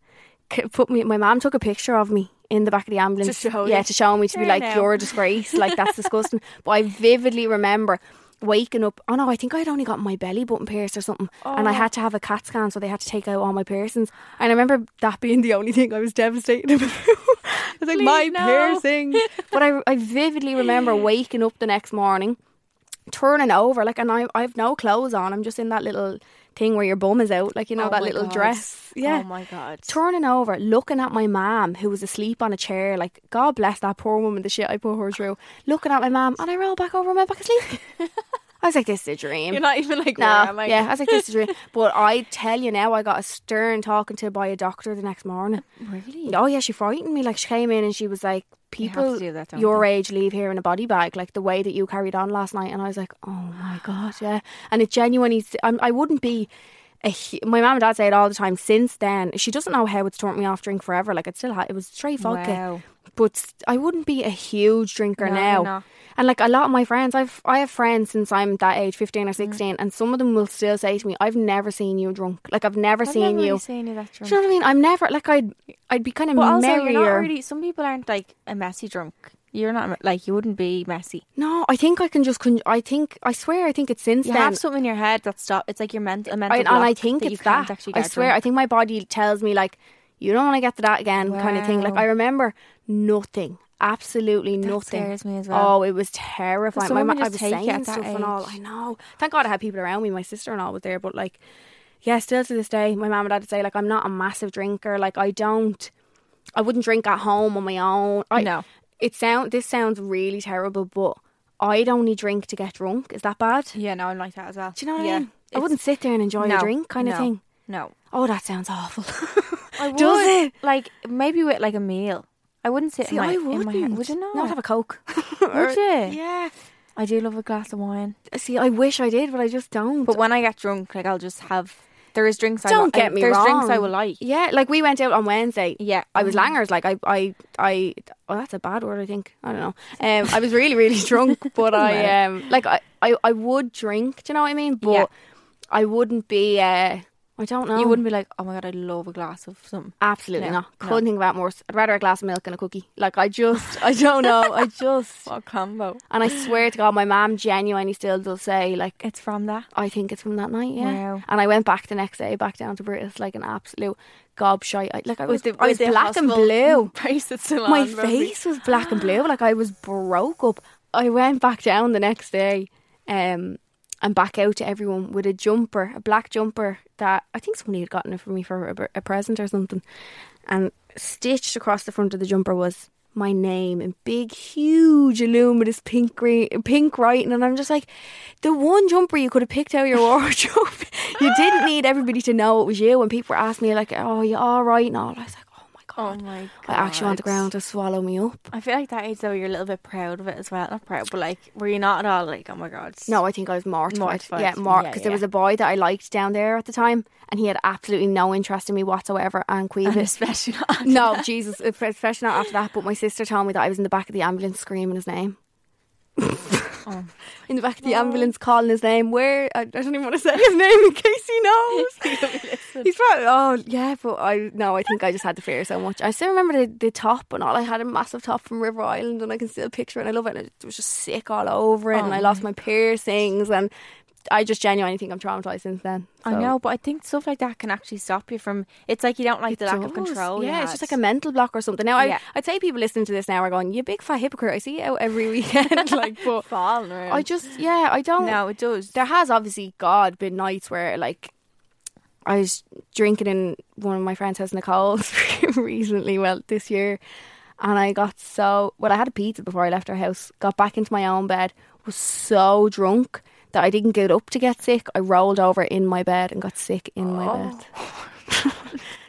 [SPEAKER 2] C- Put me. My mum took a picture of me in the back of the ambulance.
[SPEAKER 3] show
[SPEAKER 2] yeah,
[SPEAKER 3] you.
[SPEAKER 2] to show me to be
[SPEAKER 3] There
[SPEAKER 2] like
[SPEAKER 3] now.
[SPEAKER 2] you're a disgrace. Like
[SPEAKER 3] [LAUGHS]
[SPEAKER 2] that's disgusting. But I vividly remember. Waking up, oh no, I think I'd only gotten my belly button pierced or something, and
[SPEAKER 3] Oh.
[SPEAKER 2] I had to have a CAT scan, so they had to take out all my piercings. And I remember that being the only thing I was devastated [LAUGHS] about. I was like, my
[SPEAKER 3] Please, no. [LAUGHS]
[SPEAKER 2] piercing. but I, I vividly remember waking up the next morning, turning over, like, and I, I have no clothes on. I'm just in that little thing where your bum is out, like, you know,
[SPEAKER 3] Oh
[SPEAKER 2] that
[SPEAKER 3] my
[SPEAKER 2] little
[SPEAKER 3] God.
[SPEAKER 2] dress. Yeah.
[SPEAKER 3] Oh my god.
[SPEAKER 2] Turning over, looking at my mom who was asleep on a chair, like God bless that poor woman, the shit I put her through. Looking at my mom, and I roll back over and went back
[SPEAKER 3] [LAUGHS]
[SPEAKER 2] asleep. I was like, "This is a dream."
[SPEAKER 3] You're [LAUGHS] not even like,
[SPEAKER 2] no,
[SPEAKER 3] where am I?
[SPEAKER 2] yeah, I was like, "This is a
[SPEAKER 3] [LAUGHS]
[SPEAKER 2] dream." But I tell you now, I got a stern talking to by a doctor the next morning.
[SPEAKER 3] Really?
[SPEAKER 2] Oh yeah, she frightened me. Like she came in and she was like,
[SPEAKER 3] have to
[SPEAKER 2] "People
[SPEAKER 3] do that, don't
[SPEAKER 2] your age leave here in a body bag." Like the way that you carried on last night, and I was like, "Oh my god, yeah." And it genuinely, I'm, I wouldn't be. A, hu- my mom and dad say it all the time. Since then, she doesn't know how it's turned me off drink forever. Like it still had, it was straight vodka,
[SPEAKER 3] Wow.
[SPEAKER 2] but s- I wouldn't be a huge drinker
[SPEAKER 3] No,
[SPEAKER 2] now.
[SPEAKER 3] you're not.
[SPEAKER 2] And like a lot of my friends, I've I have friends since I'm that age, fifteen or
[SPEAKER 3] Mm-hmm.
[SPEAKER 2] sixteen, and some of them will still say to me, "I've never seen you drunk. Like I've never
[SPEAKER 3] I've
[SPEAKER 2] seen
[SPEAKER 3] never
[SPEAKER 2] you."
[SPEAKER 3] Really seen you that drunk.
[SPEAKER 2] Do you know what I mean? I'm never like I'd I'd be kind of
[SPEAKER 3] But also,
[SPEAKER 2] merrier.
[SPEAKER 3] you're not really. Some people aren't like a messy drunk. You're not like you wouldn't be messy.
[SPEAKER 2] No, I think I can just. Con- I think I swear I think it's since
[SPEAKER 3] You
[SPEAKER 2] then.
[SPEAKER 3] have something in your head that stop. It's like your mental, mental
[SPEAKER 2] I, and I
[SPEAKER 3] block
[SPEAKER 2] think
[SPEAKER 3] that you
[SPEAKER 2] it's
[SPEAKER 3] can't
[SPEAKER 2] that.
[SPEAKER 3] Actually
[SPEAKER 2] I
[SPEAKER 3] get
[SPEAKER 2] swear, I
[SPEAKER 3] drunk.
[SPEAKER 2] think my body tells me like, you don't want to get to that again, kind of thing. Like
[SPEAKER 3] Wow.
[SPEAKER 2] I remember nothing, absolutely nothing.
[SPEAKER 3] scares me as well.
[SPEAKER 2] Oh, it was terrifying.
[SPEAKER 3] some
[SPEAKER 2] My ma-
[SPEAKER 3] women
[SPEAKER 2] I
[SPEAKER 3] just
[SPEAKER 2] was
[SPEAKER 3] take it
[SPEAKER 2] saying
[SPEAKER 3] at that
[SPEAKER 2] stuff and all.
[SPEAKER 3] age.
[SPEAKER 2] I know. Thank God I had people around me. My sister and all was there, but like, yeah, still to this day, my mum and dad would say like, I'm not a massive drinker. Like I don't. I wouldn't drink at home on my own. I,
[SPEAKER 3] No.
[SPEAKER 2] It sound this sounds really terrible, but I'd only drink to get drunk. Is that bad?
[SPEAKER 3] Yeah, no, I'm like that as well.
[SPEAKER 2] Do you know what
[SPEAKER 3] yeah.
[SPEAKER 2] I mean? I wouldn't sit there and enjoy a drink kind of thing.
[SPEAKER 3] No,
[SPEAKER 2] Oh, that sounds awful.
[SPEAKER 3] [LAUGHS] I
[SPEAKER 2] [LAUGHS]
[SPEAKER 3] would,
[SPEAKER 2] Does it?
[SPEAKER 3] Like maybe with like a meal. I I wouldn't sit
[SPEAKER 2] See,
[SPEAKER 3] in, my,
[SPEAKER 2] I
[SPEAKER 3] in
[SPEAKER 2] wouldn't.
[SPEAKER 3] my hair. Would you not?
[SPEAKER 2] Not have a
[SPEAKER 3] [LAUGHS]
[SPEAKER 2] Coke.
[SPEAKER 3] Would you?
[SPEAKER 2] Yeah.
[SPEAKER 3] I do love a glass of wine.
[SPEAKER 2] Uh, See, I wish I did, but I just don't.
[SPEAKER 3] But when I get drunk, like I'll just have. There is drinks. I
[SPEAKER 2] don't
[SPEAKER 3] li- I-
[SPEAKER 2] get me
[SPEAKER 3] There's
[SPEAKER 2] wrong.
[SPEAKER 3] drinks I will like.
[SPEAKER 2] Yeah, like we went out on Wednesday.
[SPEAKER 3] Yeah.
[SPEAKER 2] I was langers. Like I, I, I. Oh, that's a bad word. I think I don't know. Um, I was really,
[SPEAKER 3] [LAUGHS]
[SPEAKER 2] really drunk, but I, um, like I, I, I would drink. Do you know what I mean? But
[SPEAKER 3] Yeah.
[SPEAKER 2] I wouldn't be. Uh, I don't know.
[SPEAKER 3] You wouldn't be like, oh my god, I love a glass of something.
[SPEAKER 2] Absolutely
[SPEAKER 3] No,
[SPEAKER 2] not.
[SPEAKER 3] no.
[SPEAKER 2] Couldn't think about more. I'd rather a glass of milk and a cookie. Like I just, I don't know.
[SPEAKER 3] [LAUGHS]
[SPEAKER 2] I just,
[SPEAKER 3] What a combo!
[SPEAKER 2] and I swear to God, my mom genuinely still does say like.
[SPEAKER 3] It's from that.
[SPEAKER 2] I think it's from that night, yeah.
[SPEAKER 3] Wow.
[SPEAKER 2] And I went back the next day, back down to British, like an absolute gobshite. I, like I was,
[SPEAKER 3] With the-
[SPEAKER 2] I was
[SPEAKER 3] with the
[SPEAKER 2] black and
[SPEAKER 3] hospital [LAUGHS]
[SPEAKER 2] blue.
[SPEAKER 3] Bracelet still
[SPEAKER 2] My
[SPEAKER 3] on, Rosie.
[SPEAKER 2] face was black and blue. Like I was broke up. I went back down the next day, um, and back out to everyone with a jumper, a black jumper that I think somebody had gotten it for me for a, br- a present or something. And stitched across the front of the jumper was my name in big, huge, luminous pink green, pink writing. And I'm just like, the one jumper you could have picked out of your [LAUGHS] wardrobe. you didn't need everybody to know it was you. When people were asking me like, "Oh, you all right?" and all, I was like, "Oh my
[SPEAKER 3] Oh
[SPEAKER 2] god."
[SPEAKER 3] my
[SPEAKER 2] I
[SPEAKER 3] god!
[SPEAKER 2] actually want the ground to swallow me up.
[SPEAKER 3] I feel like that age though, you're a little bit proud of it as well. Not proud, but like, were you not at all like, oh my god?
[SPEAKER 2] No, I think I was mortified.
[SPEAKER 3] Mortified.
[SPEAKER 2] Yeah, more
[SPEAKER 3] Yeah,
[SPEAKER 2] because there
[SPEAKER 3] yeah.
[SPEAKER 2] was a boy that I liked down there at the time, and he had absolutely no interest in me whatsoever. And
[SPEAKER 3] and
[SPEAKER 2] Queevis.
[SPEAKER 3] [LAUGHS] especially
[SPEAKER 2] [LAUGHS]
[SPEAKER 3] not. [LAUGHS]
[SPEAKER 2] No, Jesus, uh, especially not after that. But my sister told me that I was in the back of the ambulance screaming his
[SPEAKER 3] [LAUGHS]
[SPEAKER 2] name.
[SPEAKER 3] Oh.
[SPEAKER 2] in the back of the ambulance, calling his name. Where I, I don't even want to say his name in case he
[SPEAKER 3] [LAUGHS]
[SPEAKER 2] knows. He's probably oh yeah, but I no, I think I just had the fear so much. I still remember the, the top and all. I had a massive top from River Island, and I can still picture it. And I love it. And it was just sick all over it, and
[SPEAKER 3] Oh
[SPEAKER 2] I lost my piercings, and I just genuinely think I'm traumatized since then.
[SPEAKER 3] I
[SPEAKER 2] So-
[SPEAKER 3] know, but I think stuff like that can actually stop you from. It's like you don't like the lack
[SPEAKER 2] does.
[SPEAKER 3] of control.
[SPEAKER 2] Yeah,
[SPEAKER 3] you
[SPEAKER 2] it's just
[SPEAKER 3] had.
[SPEAKER 2] like a mental block or something. Now, I,
[SPEAKER 3] Yeah.
[SPEAKER 2] I'd say people listening to this now are going, "You big fat hypocrite." I see you out every weekend, [LAUGHS]
[SPEAKER 3] [LAUGHS]
[SPEAKER 2] like, but
[SPEAKER 3] falling around.
[SPEAKER 2] I just, yeah, I don't.
[SPEAKER 3] no, it does.
[SPEAKER 2] There has obviously God been nights where like I was drinking in one of my friends' house, Nicole's, [LAUGHS] recently. Well, this year, and I got so well. I had a pizza before I left her house. Got back into my own bed. Was so drunk. That I didn't get up to get sick. I rolled over in my bed and got sick in my bed. [LAUGHS]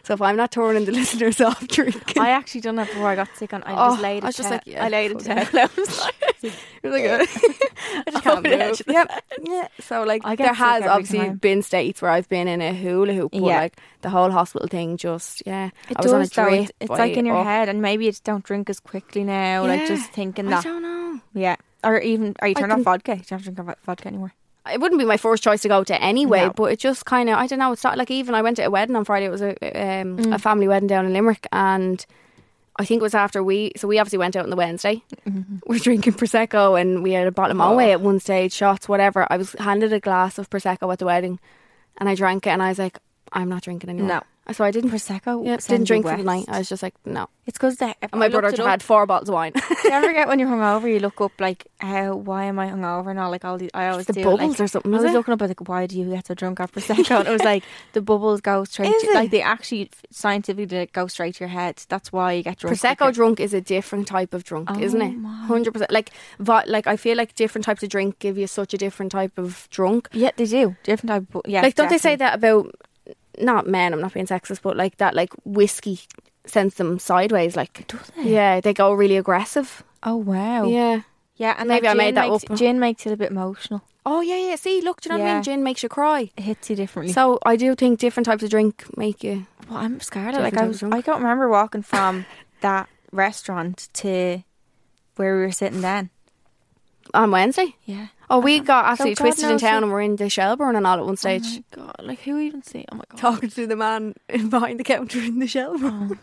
[SPEAKER 2] So if I'm not turning the [LAUGHS] listeners off drinking,
[SPEAKER 3] [LAUGHS] I actually done that before I got sick, and I
[SPEAKER 2] Oh,
[SPEAKER 3] just laid.
[SPEAKER 2] I was just
[SPEAKER 3] it
[SPEAKER 2] like,
[SPEAKER 3] down.
[SPEAKER 2] yeah,
[SPEAKER 3] I laid it
[SPEAKER 2] fuck
[SPEAKER 3] down. [LAUGHS] I was like,
[SPEAKER 2] You're [LAUGHS] like, uh, I just can't
[SPEAKER 3] Oh, yeah,
[SPEAKER 2] move.
[SPEAKER 3] just-
[SPEAKER 2] Yep. Yeah. So like
[SPEAKER 3] I get
[SPEAKER 2] there
[SPEAKER 3] sick
[SPEAKER 2] has
[SPEAKER 3] every
[SPEAKER 2] obviously
[SPEAKER 3] time.
[SPEAKER 2] been states where I've been in a hula hoop, but
[SPEAKER 3] Yeah.
[SPEAKER 2] like the whole hospital thing just yeah.
[SPEAKER 3] It
[SPEAKER 2] I was on a
[SPEAKER 3] does though.
[SPEAKER 2] drip.
[SPEAKER 3] It's, it's
[SPEAKER 2] by-
[SPEAKER 3] like in your
[SPEAKER 2] oh,
[SPEAKER 3] head, and maybe you just don't drink as quickly now. Like
[SPEAKER 2] Yeah.
[SPEAKER 3] just thinking
[SPEAKER 2] I
[SPEAKER 3] that.
[SPEAKER 2] don't know.
[SPEAKER 3] Yeah. Or even are you
[SPEAKER 2] I
[SPEAKER 3] turning
[SPEAKER 2] can-
[SPEAKER 3] off vodka? You don't have to drink vo- vodka anymore.
[SPEAKER 2] It wouldn't be my first choice to go to anyway,
[SPEAKER 3] No.
[SPEAKER 2] but it just kind of I don't know. It's not like even I went to a wedding on Friday. It was a um, a family wedding down in Limerick, and I think it was after we so we obviously went out on the Wednesday. [LAUGHS] We're drinking prosecco, and we had a bottle of Moe at one stage, shots, whatever. I was handed a glass of prosecco at the wedding, and I drank it, and I was like, I'm not drinking anymore.
[SPEAKER 3] No.
[SPEAKER 2] so I didn't.
[SPEAKER 3] Prosecco.
[SPEAKER 2] Yeah,
[SPEAKER 3] sends you
[SPEAKER 2] didn't drink for the
[SPEAKER 3] west.
[SPEAKER 2] night. I was just like, no.
[SPEAKER 3] It's uh, because that
[SPEAKER 2] And my brother just had four bottles of [LAUGHS] wine.
[SPEAKER 3] [LAUGHS] Do you ever get when you're hungover? You look up like, how? Why am I hungover? And all like all these. I always
[SPEAKER 2] the
[SPEAKER 3] do,
[SPEAKER 2] bubbles
[SPEAKER 3] like-
[SPEAKER 2] or something,
[SPEAKER 3] I was
[SPEAKER 2] is it?
[SPEAKER 3] looking up I was like, why do you get so drunk after [LAUGHS] prosecco? and it was like the bubbles go straight.
[SPEAKER 2] Is
[SPEAKER 3] to, Like
[SPEAKER 2] it?
[SPEAKER 3] they actually scientifically like, go straight to your head. That's why you get drunk.
[SPEAKER 2] Prosecco
[SPEAKER 3] quicker.
[SPEAKER 2] drunk is a different Oh type of drunk, isn't it? Hundred percent. Like, vo- like I feel like different types of drink give you such a different type of drunk.
[SPEAKER 3] Yeah, they do. Different type. Of, bu- yeah.
[SPEAKER 2] like, don't they say
[SPEAKER 3] definitely.
[SPEAKER 2] that about not men? I'm not being sexist, but like that, like whiskey sends them sideways. Like,
[SPEAKER 3] Does it?
[SPEAKER 2] yeah, they go really aggressive.
[SPEAKER 3] Oh wow.
[SPEAKER 2] Yeah.
[SPEAKER 3] Yeah, and
[SPEAKER 2] Maybe I
[SPEAKER 3] like
[SPEAKER 2] made
[SPEAKER 3] gin
[SPEAKER 2] that
[SPEAKER 3] makes,
[SPEAKER 2] up.
[SPEAKER 3] Gin makes it a bit emotional.
[SPEAKER 2] Oh yeah, yeah. See, look, do you know what I
[SPEAKER 3] Yeah.
[SPEAKER 2] mean? Gin makes you cry.
[SPEAKER 3] It hits you differently.
[SPEAKER 2] So I do think different types of drink make you.
[SPEAKER 3] Well, I'm scared.
[SPEAKER 2] Different
[SPEAKER 3] Like
[SPEAKER 2] type
[SPEAKER 3] I
[SPEAKER 2] of
[SPEAKER 3] was,
[SPEAKER 2] drunk.
[SPEAKER 3] I can't remember walking from that restaurant to where we were sitting then.
[SPEAKER 2] On Wednesday.
[SPEAKER 3] Yeah.
[SPEAKER 2] Oh, we got absolutely
[SPEAKER 3] God
[SPEAKER 2] twisted in
[SPEAKER 3] knows
[SPEAKER 2] town,
[SPEAKER 3] who-
[SPEAKER 2] and we're in the Shelburne and all at one stage.
[SPEAKER 3] Oh God, like who even see? Oh my
[SPEAKER 2] [LAUGHS]
[SPEAKER 3] god.
[SPEAKER 2] Talking to the man in behind the counter in the Shelburne.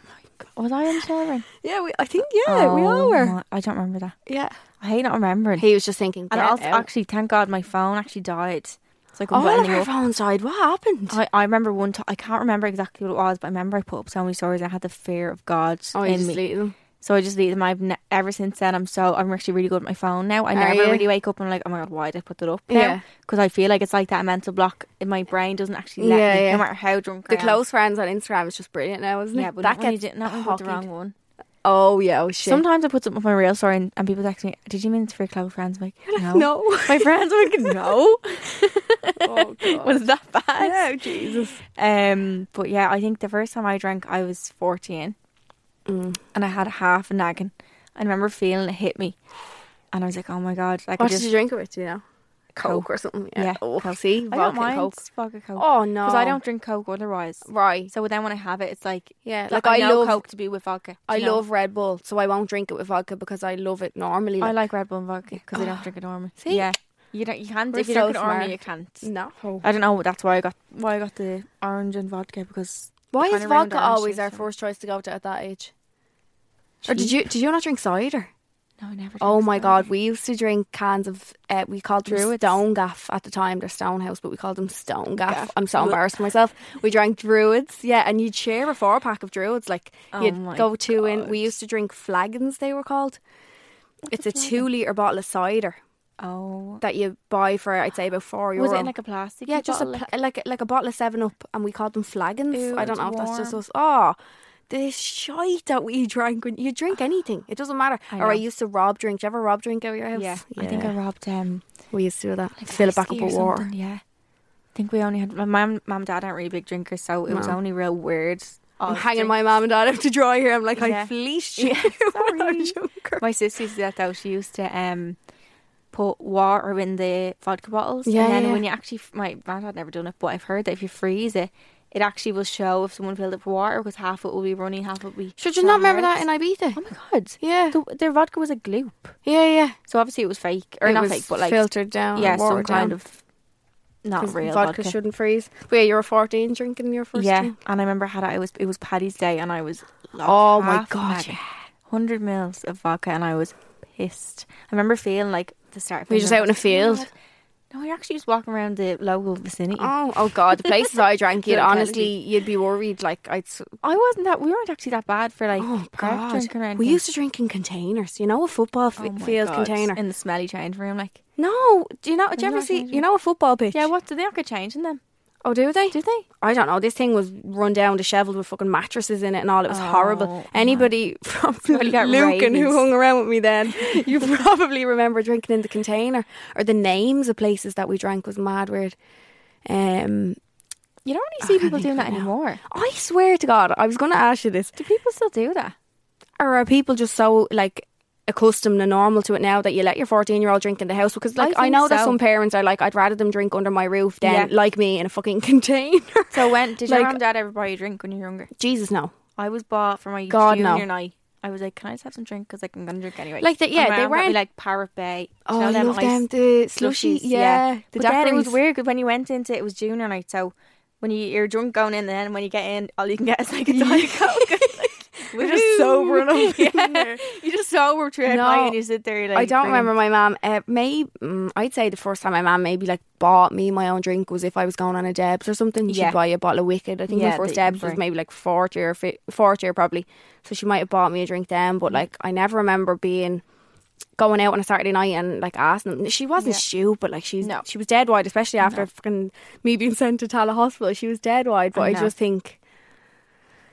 [SPEAKER 3] Oh Was I in the [LAUGHS] shower?
[SPEAKER 2] Yeah, we, I think yeah, we all
[SPEAKER 3] Oh
[SPEAKER 2] were.
[SPEAKER 3] my- I don't remember that.
[SPEAKER 2] Yeah,
[SPEAKER 3] I hate not remembering.
[SPEAKER 2] he was just thinking.
[SPEAKER 3] and
[SPEAKER 2] "Get
[SPEAKER 3] also,
[SPEAKER 2] out."
[SPEAKER 3] actually, thank God my phone actually died. So Oh, I couldn't put
[SPEAKER 2] all of
[SPEAKER 3] anything
[SPEAKER 2] our
[SPEAKER 3] up.
[SPEAKER 2] phones died. What happened?
[SPEAKER 3] I, I remember one time, I can't remember exactly what it was, but I remember I put up so many stories. I had the fear of God
[SPEAKER 2] Oh,
[SPEAKER 3] Oh, in me.
[SPEAKER 2] them.
[SPEAKER 3] So I just leave them. I've ne- ever since then. I'm so I'm actually really good at my phone now. I
[SPEAKER 2] Are
[SPEAKER 3] never
[SPEAKER 2] you?
[SPEAKER 3] really wake up and I'm like, oh my god, why did I put that up?
[SPEAKER 2] Yeah.
[SPEAKER 3] Yeah, because I feel like it's like that mental block. in My brain doesn't actually let
[SPEAKER 2] Yeah,
[SPEAKER 3] me,
[SPEAKER 2] yeah.
[SPEAKER 3] no matter how drunk.
[SPEAKER 2] The
[SPEAKER 3] I am.
[SPEAKER 2] close friends on Instagram is just brilliant now, isn't it?
[SPEAKER 3] Yeah, but
[SPEAKER 2] that
[SPEAKER 3] not when you
[SPEAKER 2] gets
[SPEAKER 3] did- not when you put the
[SPEAKER 2] hockeyed.
[SPEAKER 3] wrong one.
[SPEAKER 2] Oh yeah, oh shit.
[SPEAKER 3] Sometimes I put something up on my real story and, and people text me, "Did you mean it's for your close friends?" I'm like,
[SPEAKER 2] [LAUGHS]
[SPEAKER 3] no.
[SPEAKER 2] [LAUGHS] no.
[SPEAKER 3] My friends are like, no. [LAUGHS]
[SPEAKER 2] [LAUGHS]
[SPEAKER 3] Was that bad?
[SPEAKER 2] Oh, Jesus.
[SPEAKER 3] Um, but yeah, I think the first time I drank, I was 14.
[SPEAKER 2] Mm.
[SPEAKER 3] and I had half a nagging. I remember feeling it hit me, and I was like, "Oh my god!" Like
[SPEAKER 2] What
[SPEAKER 3] I just
[SPEAKER 2] did you drink it with? do You know, coke,
[SPEAKER 3] Coke.
[SPEAKER 2] or something. Yeah.
[SPEAKER 3] yeah,
[SPEAKER 2] Oh,
[SPEAKER 3] Coke.
[SPEAKER 2] see,
[SPEAKER 3] I
[SPEAKER 2] vodka
[SPEAKER 3] don't
[SPEAKER 2] and
[SPEAKER 3] mind
[SPEAKER 2] Coke.
[SPEAKER 3] vodka coke.
[SPEAKER 2] Oh no,
[SPEAKER 3] because I don't drink coke otherwise.
[SPEAKER 2] Right.
[SPEAKER 3] So then when I have it, it's like
[SPEAKER 2] Yeah,
[SPEAKER 3] like,
[SPEAKER 2] like, I
[SPEAKER 3] I, know
[SPEAKER 2] love-
[SPEAKER 3] coke to be with vodka. do
[SPEAKER 2] I
[SPEAKER 3] you know?
[SPEAKER 2] love Red Bull, so I won't drink it with vodka because I love it normally.
[SPEAKER 3] I
[SPEAKER 2] Like,
[SPEAKER 3] like Red Bull and vodka because
[SPEAKER 2] [GASPS]
[SPEAKER 3] I don't drink it normally.
[SPEAKER 2] See?
[SPEAKER 3] yeah, you don't. You can't
[SPEAKER 2] We're
[SPEAKER 3] if you
[SPEAKER 2] so
[SPEAKER 3] don't drink it normally.
[SPEAKER 2] smart.
[SPEAKER 3] You can't.
[SPEAKER 2] no.
[SPEAKER 3] I don't know. That's why I got why I got the orange and vodka because
[SPEAKER 2] Why
[SPEAKER 3] kinda
[SPEAKER 2] is
[SPEAKER 3] round
[SPEAKER 2] vodka
[SPEAKER 3] orange
[SPEAKER 2] always
[SPEAKER 3] juice
[SPEAKER 2] our
[SPEAKER 3] and-
[SPEAKER 2] first choice to go to at that age? Or Oh, did you did you not drink cider?
[SPEAKER 3] no, I never.
[SPEAKER 2] Oh
[SPEAKER 3] drink
[SPEAKER 2] my
[SPEAKER 3] cider.
[SPEAKER 2] god, we used to drink cans of uh, we called them
[SPEAKER 3] Druids.
[SPEAKER 2] Stone Gaff at the time. They're Stone House, but we called them Stone Gaff.
[SPEAKER 3] Gaff.
[SPEAKER 2] I'm so
[SPEAKER 3] Blech.
[SPEAKER 2] embarrassed for myself. We drank Druids, yeah, and you'd share a four pack of Druids. Like
[SPEAKER 3] Oh
[SPEAKER 2] you'd
[SPEAKER 3] my
[SPEAKER 2] go two in.
[SPEAKER 3] God.
[SPEAKER 2] We used to drink flagons. They were called. it's a two liter bottle of cider
[SPEAKER 3] Oh,
[SPEAKER 2] that you buy for I'd say about four euros.
[SPEAKER 3] was it in like a plastic?
[SPEAKER 2] yeah, just a
[SPEAKER 3] bottle?
[SPEAKER 2] pla- like like a bottle of Seven Up, and we called them flagons.
[SPEAKER 3] Ew,
[SPEAKER 2] I don't know
[SPEAKER 3] it's
[SPEAKER 2] if that's just
[SPEAKER 3] warm.
[SPEAKER 2] us. Oh, the shite that we [LAUGHS] drank when you drink anything, it doesn't matter.
[SPEAKER 3] Ah. I
[SPEAKER 2] or I
[SPEAKER 3] know.
[SPEAKER 2] used to rob drink. Did you ever rob drink out of your house?
[SPEAKER 3] yeah, I think I robbed um
[SPEAKER 2] We used to do that.
[SPEAKER 3] like
[SPEAKER 2] Fill it
[SPEAKER 3] iced
[SPEAKER 2] back
[SPEAKER 3] tea
[SPEAKER 2] up
[SPEAKER 3] or
[SPEAKER 2] with water.
[SPEAKER 3] something, Yeah, I think we only had my mum, mum, dad aren't really big drinkers, so it was
[SPEAKER 2] No.
[SPEAKER 3] only real weird.
[SPEAKER 2] I'm
[SPEAKER 3] us
[SPEAKER 2] hanging
[SPEAKER 3] Oh, drink-
[SPEAKER 2] my mum and dad out to dry here. I'm like, I
[SPEAKER 3] Yeah.
[SPEAKER 2] fleeced you. [LAUGHS] when I was younger.
[SPEAKER 3] My sister used to do that though. She used to um put water in the vodka bottles,
[SPEAKER 2] Yeah,
[SPEAKER 3] and then
[SPEAKER 2] yeah.
[SPEAKER 3] when you actually, my dad had never done it, but I've heard that if you freeze it, it actually will show if someone filled it with water because half it will be runny, half it will be.
[SPEAKER 2] Should you not remember that in
[SPEAKER 3] hard.
[SPEAKER 2] Ibiza?
[SPEAKER 3] Oh my god!
[SPEAKER 2] Yeah,
[SPEAKER 3] The, their vodka was a gloop,
[SPEAKER 2] yeah, yeah.
[SPEAKER 3] so obviously it was fake or
[SPEAKER 2] It
[SPEAKER 3] not
[SPEAKER 2] was
[SPEAKER 3] fake, but like
[SPEAKER 2] filtered down.
[SPEAKER 3] yeah,
[SPEAKER 2] and
[SPEAKER 3] some
[SPEAKER 2] watered
[SPEAKER 3] kind
[SPEAKER 2] down.
[SPEAKER 3] of not
[SPEAKER 2] 'Cause
[SPEAKER 3] real
[SPEAKER 2] vodka,
[SPEAKER 3] vodka.
[SPEAKER 2] shouldn't freeze. But yeah, you were 14 drinking your first.
[SPEAKER 3] yeah,
[SPEAKER 2] drink.
[SPEAKER 3] and I remember how it was it was Paddy's Day, and I was like,
[SPEAKER 2] Oh my
[SPEAKER 3] half
[SPEAKER 2] God,
[SPEAKER 3] mad. 100 mils of vodka, and I was pissed. I remember feeling like the start. of
[SPEAKER 2] Were you just
[SPEAKER 3] things, I
[SPEAKER 2] out in a
[SPEAKER 3] was like, "Oh my
[SPEAKER 2] field?"
[SPEAKER 3] God." No, you're actually just walking around the
[SPEAKER 2] [LAUGHS]
[SPEAKER 3] local vicinity.
[SPEAKER 2] Oh, oh God! The places I drank, you'd
[SPEAKER 3] Little
[SPEAKER 2] honestly,
[SPEAKER 3] Kennedy.
[SPEAKER 2] you'd be worried. Like I'd. s-
[SPEAKER 3] I wasn't that. We weren't actually that bad for like
[SPEAKER 2] Oh
[SPEAKER 3] craft
[SPEAKER 2] God!
[SPEAKER 3] drinking or anything.
[SPEAKER 2] We used to drink in containers. You know, a football f-
[SPEAKER 3] Oh my
[SPEAKER 2] field
[SPEAKER 3] God,
[SPEAKER 2] container.
[SPEAKER 3] in the smelly change room. Like,
[SPEAKER 2] no, do you know? Do you
[SPEAKER 3] They're
[SPEAKER 2] ever
[SPEAKER 3] not
[SPEAKER 2] see?
[SPEAKER 3] changing.
[SPEAKER 2] You know, a football pitch.
[SPEAKER 3] yeah, what do they not get changing them?
[SPEAKER 2] Oh, do they?
[SPEAKER 3] Do they?
[SPEAKER 2] I don't know. This thing was run down, dishevelled with fucking mattresses in it and all. It was
[SPEAKER 3] Oh,
[SPEAKER 2] horrible. Anybody [LAUGHS] from
[SPEAKER 3] Somebody got
[SPEAKER 2] Luke and who
[SPEAKER 3] rabies.
[SPEAKER 2] hung around with me [LAUGHS] then, you probably remember drinking in the container or the names of places that we drank was mad weird. Um,
[SPEAKER 3] You don't really
[SPEAKER 2] Oh, I
[SPEAKER 3] see
[SPEAKER 2] can't
[SPEAKER 3] people
[SPEAKER 2] think
[SPEAKER 3] doing
[SPEAKER 2] of it
[SPEAKER 3] that
[SPEAKER 2] now.
[SPEAKER 3] anymore.
[SPEAKER 2] I swear to God, I was going to ask you this.
[SPEAKER 3] Do people still do that?
[SPEAKER 2] Or are people just so like accustomed and normal to it now that you let your 14 year old drink in the house? Because like I,
[SPEAKER 3] think
[SPEAKER 2] know that
[SPEAKER 3] so.
[SPEAKER 2] some parents are like, I'd rather them drink under my roof than
[SPEAKER 3] Yeah.
[SPEAKER 2] like me in a fucking [LAUGHS] container.
[SPEAKER 3] So when did
[SPEAKER 2] Like-
[SPEAKER 3] your mum and dad ever buy you a drink when you were younger?
[SPEAKER 2] Jesus, no.
[SPEAKER 3] I was bought for my
[SPEAKER 2] God, no.
[SPEAKER 3] junior night. I was like, "Can I just have some drink? Because like I'm gonna drink anyway."
[SPEAKER 2] Like the- yeah,
[SPEAKER 3] My
[SPEAKER 2] they
[SPEAKER 3] mum got me,
[SPEAKER 2] weren't-
[SPEAKER 3] like Parrot Bay.
[SPEAKER 2] Oh,
[SPEAKER 3] Do you know
[SPEAKER 2] I
[SPEAKER 3] them
[SPEAKER 2] love
[SPEAKER 3] ice
[SPEAKER 2] them. The slushy,
[SPEAKER 3] slushies?
[SPEAKER 2] yeah. The
[SPEAKER 3] but then it was
[SPEAKER 2] daiquiris.
[SPEAKER 3] weird 'cause when you went into it was junior night, so when you you're drunk going in, and then when you get in, all you can get is like a diet coke. [LAUGHS] like,
[SPEAKER 2] [LAUGHS] We're just
[SPEAKER 3] [LAUGHS]
[SPEAKER 2] sobering up in
[SPEAKER 3] yeah.
[SPEAKER 2] there.
[SPEAKER 3] You just sober throughout
[SPEAKER 2] No,
[SPEAKER 3] night, and you sit there. Like,
[SPEAKER 2] I don't
[SPEAKER 3] drinking.
[SPEAKER 2] remember my mum. Uh, maybe mm, I'd say the first time my mum maybe like bought me my own drink was if I was going on a Debs or something. She'd
[SPEAKER 3] Yeah.
[SPEAKER 2] buy a bottle of Wicked. I think
[SPEAKER 3] Yeah,
[SPEAKER 2] my first
[SPEAKER 3] that you could
[SPEAKER 2] Debs was
[SPEAKER 3] bring.
[SPEAKER 2] maybe like fourth year, fi- fourth year probably. So she might have bought me a drink then. But like I never remember being going out on a Saturday night and like asking. Them. She wasn't
[SPEAKER 3] Yeah.
[SPEAKER 2] stupid. Like she's
[SPEAKER 3] No.
[SPEAKER 2] she was dead wide, especially after fucking me being sent to Tala Hospital. She was dead wide. But I,
[SPEAKER 3] I know.
[SPEAKER 2] just think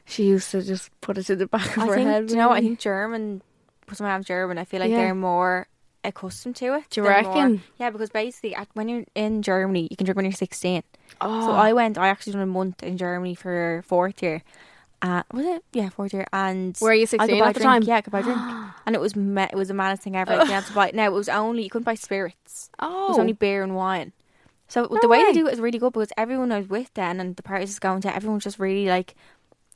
[SPEAKER 2] she used to just put it to the back of
[SPEAKER 3] I
[SPEAKER 2] her
[SPEAKER 3] think
[SPEAKER 2] head.
[SPEAKER 3] do you know. what? I
[SPEAKER 2] maybe.
[SPEAKER 3] think German, because my mom's German, I feel like
[SPEAKER 2] Yeah.
[SPEAKER 3] they're more accustomed to it.
[SPEAKER 2] Do you
[SPEAKER 3] They're more-
[SPEAKER 2] reckon?
[SPEAKER 3] yeah, because basically, at, when you're in Germany, you can drink when you're 16.
[SPEAKER 2] Oh.
[SPEAKER 3] So I went. I actually done a month in Germany for fourth year. Uh, was it? Yeah, fourth year. And
[SPEAKER 2] Were you
[SPEAKER 3] I could
[SPEAKER 2] 16
[SPEAKER 3] buy
[SPEAKER 2] at the
[SPEAKER 3] drink.
[SPEAKER 2] time?
[SPEAKER 3] Yeah, I could buy
[SPEAKER 2] [GASPS]
[SPEAKER 3] a drink, and it was ma- it was the maddest thing ever. Like, you had to buy. Now it was only you couldn't buy spirits.
[SPEAKER 2] oh,
[SPEAKER 3] It was only beer and wine. So the way
[SPEAKER 2] way.
[SPEAKER 3] they do it is really good because everyone I was with then and the parties I was going to, everyone's just really like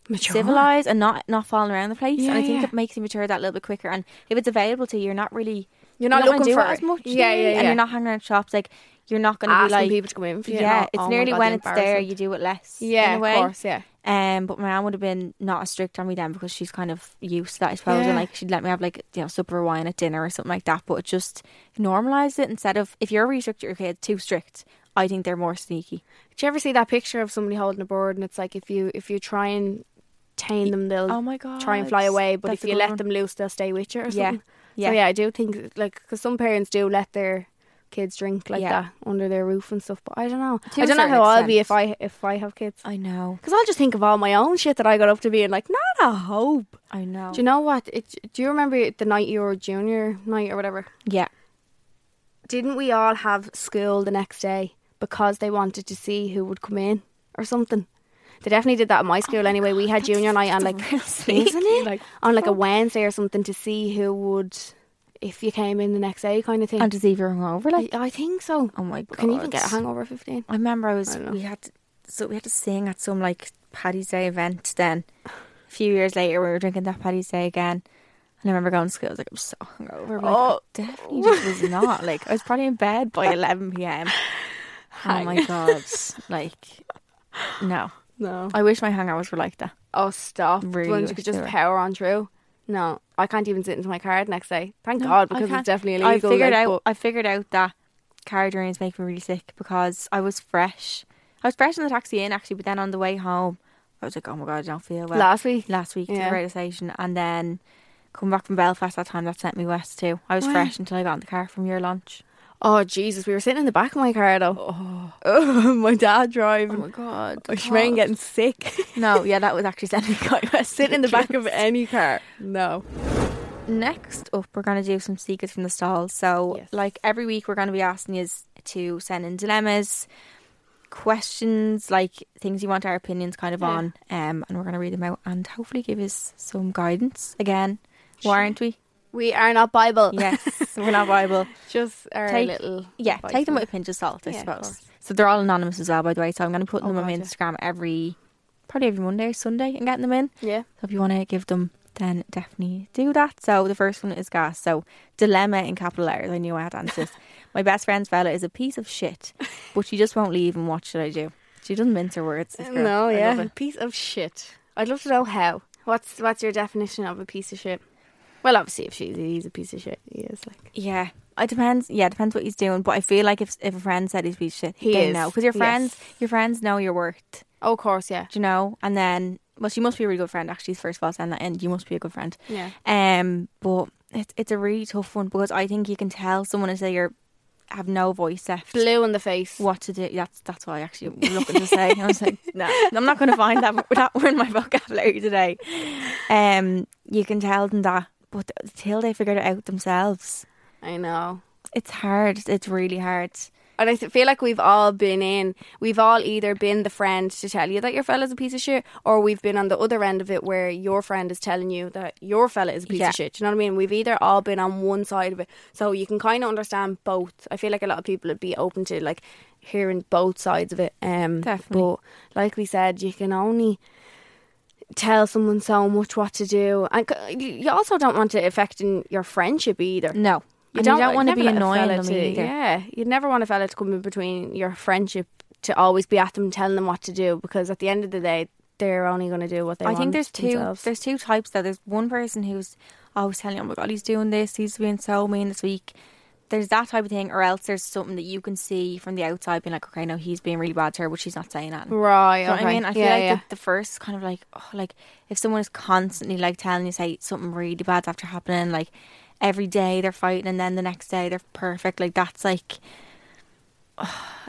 [SPEAKER 2] mature.
[SPEAKER 3] civilized and not not falling around the place. and I
[SPEAKER 2] Yeah,
[SPEAKER 3] think
[SPEAKER 2] yeah.
[SPEAKER 3] it makes you mature that little bit quicker. And if it's available to you, you're not really
[SPEAKER 2] You're not
[SPEAKER 3] gonna
[SPEAKER 2] looking
[SPEAKER 3] do
[SPEAKER 2] for
[SPEAKER 3] it as
[SPEAKER 2] it.
[SPEAKER 3] much.
[SPEAKER 2] Yeah,
[SPEAKER 3] maybe,
[SPEAKER 2] yeah,
[SPEAKER 3] And
[SPEAKER 2] yeah.
[SPEAKER 3] you're not hanging around shops like you're not going to be
[SPEAKER 2] asking
[SPEAKER 3] like
[SPEAKER 2] people to come in for you. and
[SPEAKER 3] yeah.
[SPEAKER 2] all.
[SPEAKER 3] It's
[SPEAKER 2] Oh my
[SPEAKER 3] nearly
[SPEAKER 2] God,
[SPEAKER 3] when
[SPEAKER 2] the
[SPEAKER 3] it's there,
[SPEAKER 2] embarrassment.
[SPEAKER 3] you do it less.
[SPEAKER 2] yeah,
[SPEAKER 3] in a way.
[SPEAKER 2] of course, yeah.
[SPEAKER 3] Um, but my mum would have been not as strict on me then because she's kind of used to that, I suppose,
[SPEAKER 2] Yeah.
[SPEAKER 3] and like she'd let me have like you know supper or wine at dinner or something like that. But it just normalised it instead of if you're really strict, your kid too strict. I think they're more sneaky.
[SPEAKER 2] Do you ever see that picture of somebody holding a bird and it's like if you if you try and tame them, they'll
[SPEAKER 3] Oh my god!
[SPEAKER 2] try and fly away, but
[SPEAKER 3] That's
[SPEAKER 2] if
[SPEAKER 3] a
[SPEAKER 2] you
[SPEAKER 3] good
[SPEAKER 2] let
[SPEAKER 3] one.
[SPEAKER 2] them loose, they'll stay with you or
[SPEAKER 3] Yeah,
[SPEAKER 2] something.
[SPEAKER 3] yeah.
[SPEAKER 2] So yeah, I do think like because some parents do let their kids drink like
[SPEAKER 3] Yeah,
[SPEAKER 2] that under their roof and stuff. But I don't know.
[SPEAKER 3] To
[SPEAKER 2] I
[SPEAKER 3] a
[SPEAKER 2] don't know
[SPEAKER 3] certain
[SPEAKER 2] how I'll be if
[SPEAKER 3] extent.
[SPEAKER 2] I if I have kids.
[SPEAKER 3] I know,
[SPEAKER 2] Because I'll just think of all my own shit that I got up to be and like not a hope.
[SPEAKER 3] I know.
[SPEAKER 2] Do you know what? It, do you remember the night you were junior night or whatever?
[SPEAKER 3] yeah,
[SPEAKER 2] didn't we all have school the next day because they wanted to see who would come in or something? They definitely did that at my
[SPEAKER 3] Oh
[SPEAKER 2] school anyway. We had junior night and like [LAUGHS] isn't it?
[SPEAKER 3] Like,
[SPEAKER 2] on like a Wednesday or something to see who would if you came in the next day kind of thing.
[SPEAKER 3] and does he even over?
[SPEAKER 2] I,
[SPEAKER 3] Like,
[SPEAKER 2] I think so.
[SPEAKER 3] oh my god!
[SPEAKER 2] Can you even get a hangover at fifteen?
[SPEAKER 3] I remember I was
[SPEAKER 2] I know.
[SPEAKER 3] we had to, so we had to sing at some like Paddy's Day event. Then a few years later, we were drinking that Paddy's Day again. And I remember going to school. I was like, I'm so hungover. But, like, I
[SPEAKER 2] Oh.
[SPEAKER 3] definitely just was not. Like, I was probably in bed
[SPEAKER 2] [LAUGHS]
[SPEAKER 3] by 11 p.m. Oh my god! Like, no.
[SPEAKER 2] No.
[SPEAKER 3] I wish my hangovers were like that.
[SPEAKER 2] Oh stop.
[SPEAKER 3] Really
[SPEAKER 2] Ones you
[SPEAKER 3] wish
[SPEAKER 2] could just
[SPEAKER 3] they were.
[SPEAKER 2] power on through. No. I can't even sit into my car the next day. Thank God Oh, because
[SPEAKER 3] can't-
[SPEAKER 2] it's definitely
[SPEAKER 3] I
[SPEAKER 2] illegal.
[SPEAKER 3] figured
[SPEAKER 2] like,
[SPEAKER 3] out. I figured out that car journeys make me really sick because I was fresh. I was fresh in the taxi in actually, but then on the way home, I was like, "Oh my god, I don't feel
[SPEAKER 2] but
[SPEAKER 3] well."
[SPEAKER 2] last week.
[SPEAKER 3] last week to
[SPEAKER 2] Yeah.
[SPEAKER 3] the radio station, and then coming back from Belfast that time that sent me west too. I was
[SPEAKER 2] Wow.
[SPEAKER 3] fresh until I got in the car from your lunch.
[SPEAKER 2] Oh Jesus, we were sitting in the back of my car though. Oh, [LAUGHS] my dad driving.
[SPEAKER 3] god!
[SPEAKER 2] I Shireen getting [LAUGHS] sick.
[SPEAKER 3] no, yeah, that was actually sending me [LAUGHS] quite west.
[SPEAKER 2] Sit in the back of any car. No.
[SPEAKER 3] [LAUGHS] Next up, we're going to do some secrets from the stalls. So,
[SPEAKER 2] Yes.
[SPEAKER 3] like every week, we're going to be asking you to send in dilemmas, questions, like things you want our opinions kind of
[SPEAKER 2] Yeah.
[SPEAKER 3] on, um, and we're going to read them out and hopefully give us some guidance again. Aren't [LAUGHS] we?
[SPEAKER 2] We are not Bible.
[SPEAKER 3] Yes, we're not Bible.
[SPEAKER 2] [LAUGHS] Just our
[SPEAKER 3] Take-
[SPEAKER 2] little.
[SPEAKER 3] Yeah,
[SPEAKER 2] advice
[SPEAKER 3] take them
[SPEAKER 2] on
[SPEAKER 3] with a pinch of salt, I
[SPEAKER 2] Yeah, of
[SPEAKER 3] suppose.
[SPEAKER 2] course.
[SPEAKER 3] So they're all anonymous as well, by the way. So I'm going to put
[SPEAKER 2] Oh,
[SPEAKER 3] them on my
[SPEAKER 2] gotcha.
[SPEAKER 3] Instagram every, probably every Monday or Sunday, and getting them in.
[SPEAKER 2] it. Yeah.
[SPEAKER 3] So if you want to give them, then definitely do that. So the first one is gas. So dilemma in capital letters. I knew I
[SPEAKER 2] [LAUGHS]
[SPEAKER 3] had answers. My best friend's fella is a piece of shit, but she just won't leave. And what should I do? She doesn't mince her words. this girl.
[SPEAKER 2] No,
[SPEAKER 3] I
[SPEAKER 2] yeah.
[SPEAKER 3] love it.
[SPEAKER 2] Piece of shit. I'd love to know how. What's what's your definition of a piece of shit? Well, obviously, if she's he's a piece of shit, he is like.
[SPEAKER 3] Yeah, it depends. Yeah, it depends what he's doing. But I feel like if if a friend said he's a piece of shit,
[SPEAKER 2] He
[SPEAKER 3] they
[SPEAKER 2] is.
[SPEAKER 3] know because your
[SPEAKER 2] Yes.
[SPEAKER 3] friends your friends know your worth.
[SPEAKER 2] Oh, of course, yeah,
[SPEAKER 3] do you know? And then, well, she must be a really good friend, actually. First of all, send that in. You must be a good friend.
[SPEAKER 2] yeah.
[SPEAKER 3] Um, but it's it's a really tough one because I think you can tell someone is that you're have no voice left.
[SPEAKER 2] Blue in the face.
[SPEAKER 3] What to do? That's that's what I actually was looking to say. I was like, [LAUGHS] no, I'm not going to find that [LAUGHS] that word in my vocabulary today. Um, you can tell them that, but until they figure it out themselves,
[SPEAKER 2] I know.
[SPEAKER 3] it's hard. It's really hard.
[SPEAKER 2] And I th- feel like we've all been in. We've all either been the friend to tell you that your fella's a piece of shit, or we've been on the other end of it where your friend is telling you that your fella is a piece
[SPEAKER 3] Yeah.
[SPEAKER 2] of shit. Do you know what I mean? We've either all been on one side of it. So you can kind of understand both. I feel like a lot of people would be open to like hearing both sides of it. Um,
[SPEAKER 3] Definitely.
[SPEAKER 2] But like we said, you can only tell someone so much what to do. And c- you also don't want it affecting your friendship either.
[SPEAKER 3] No,
[SPEAKER 2] You
[SPEAKER 3] And
[SPEAKER 2] don't,
[SPEAKER 3] wanna
[SPEAKER 2] never let a
[SPEAKER 3] annoying
[SPEAKER 2] fella
[SPEAKER 3] them
[SPEAKER 2] to-
[SPEAKER 3] either.
[SPEAKER 2] Yeah, you'd never want a fella to come in between your friendship to always be at them telling them what to do because at the end of the day they're only going to do what they
[SPEAKER 3] I
[SPEAKER 2] want
[SPEAKER 3] think there's two.
[SPEAKER 2] themselves.
[SPEAKER 3] There's two types though. There's one person who's always telling, you, "Oh my god, he's doing this. He's being so mean this week." There's that type of thing, or else there's something that you can see from the outside, being like, "Okay, no, he's being really bad to her, but she's not saying that."
[SPEAKER 2] right.
[SPEAKER 3] You know
[SPEAKER 2] okay.
[SPEAKER 3] what I mean? I feel
[SPEAKER 2] yeah,
[SPEAKER 3] like
[SPEAKER 2] yeah.
[SPEAKER 3] the, the first kind of like, oh, like if someone is constantly like telling you say something really bad's after happening, like every day they're fighting and then the next day they're perfect, like that's like, [SIGHS]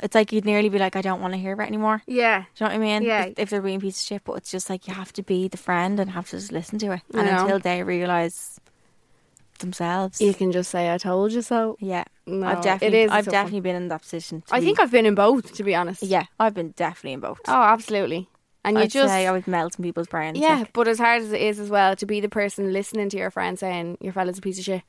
[SPEAKER 3] it's like you'd nearly be like, I don't want to hear about it anymore.
[SPEAKER 2] yeah.
[SPEAKER 3] Do you know what I mean?
[SPEAKER 2] Yeah.
[SPEAKER 3] If, if they're being a piece of shit, but it's just like you have to be the friend and have to just listen to it.
[SPEAKER 2] I
[SPEAKER 3] And
[SPEAKER 2] know.
[SPEAKER 3] until they realise themselves.
[SPEAKER 2] You can just say I told you so.
[SPEAKER 3] yeah.
[SPEAKER 2] No,
[SPEAKER 3] I've definitely
[SPEAKER 2] it is a
[SPEAKER 3] I've
[SPEAKER 2] tough
[SPEAKER 3] definitely been in that position. to
[SPEAKER 2] One. I
[SPEAKER 3] be-
[SPEAKER 2] think I've been in both to be honest.
[SPEAKER 3] Yeah, I've been definitely in both.
[SPEAKER 2] Oh, absolutely. And you
[SPEAKER 3] I'd
[SPEAKER 2] just
[SPEAKER 3] say I was melting people's brains.
[SPEAKER 2] Yeah,
[SPEAKER 3] like-
[SPEAKER 2] but as hard as it is as well to be the person listening to your friend saying your fella's a piece of shit,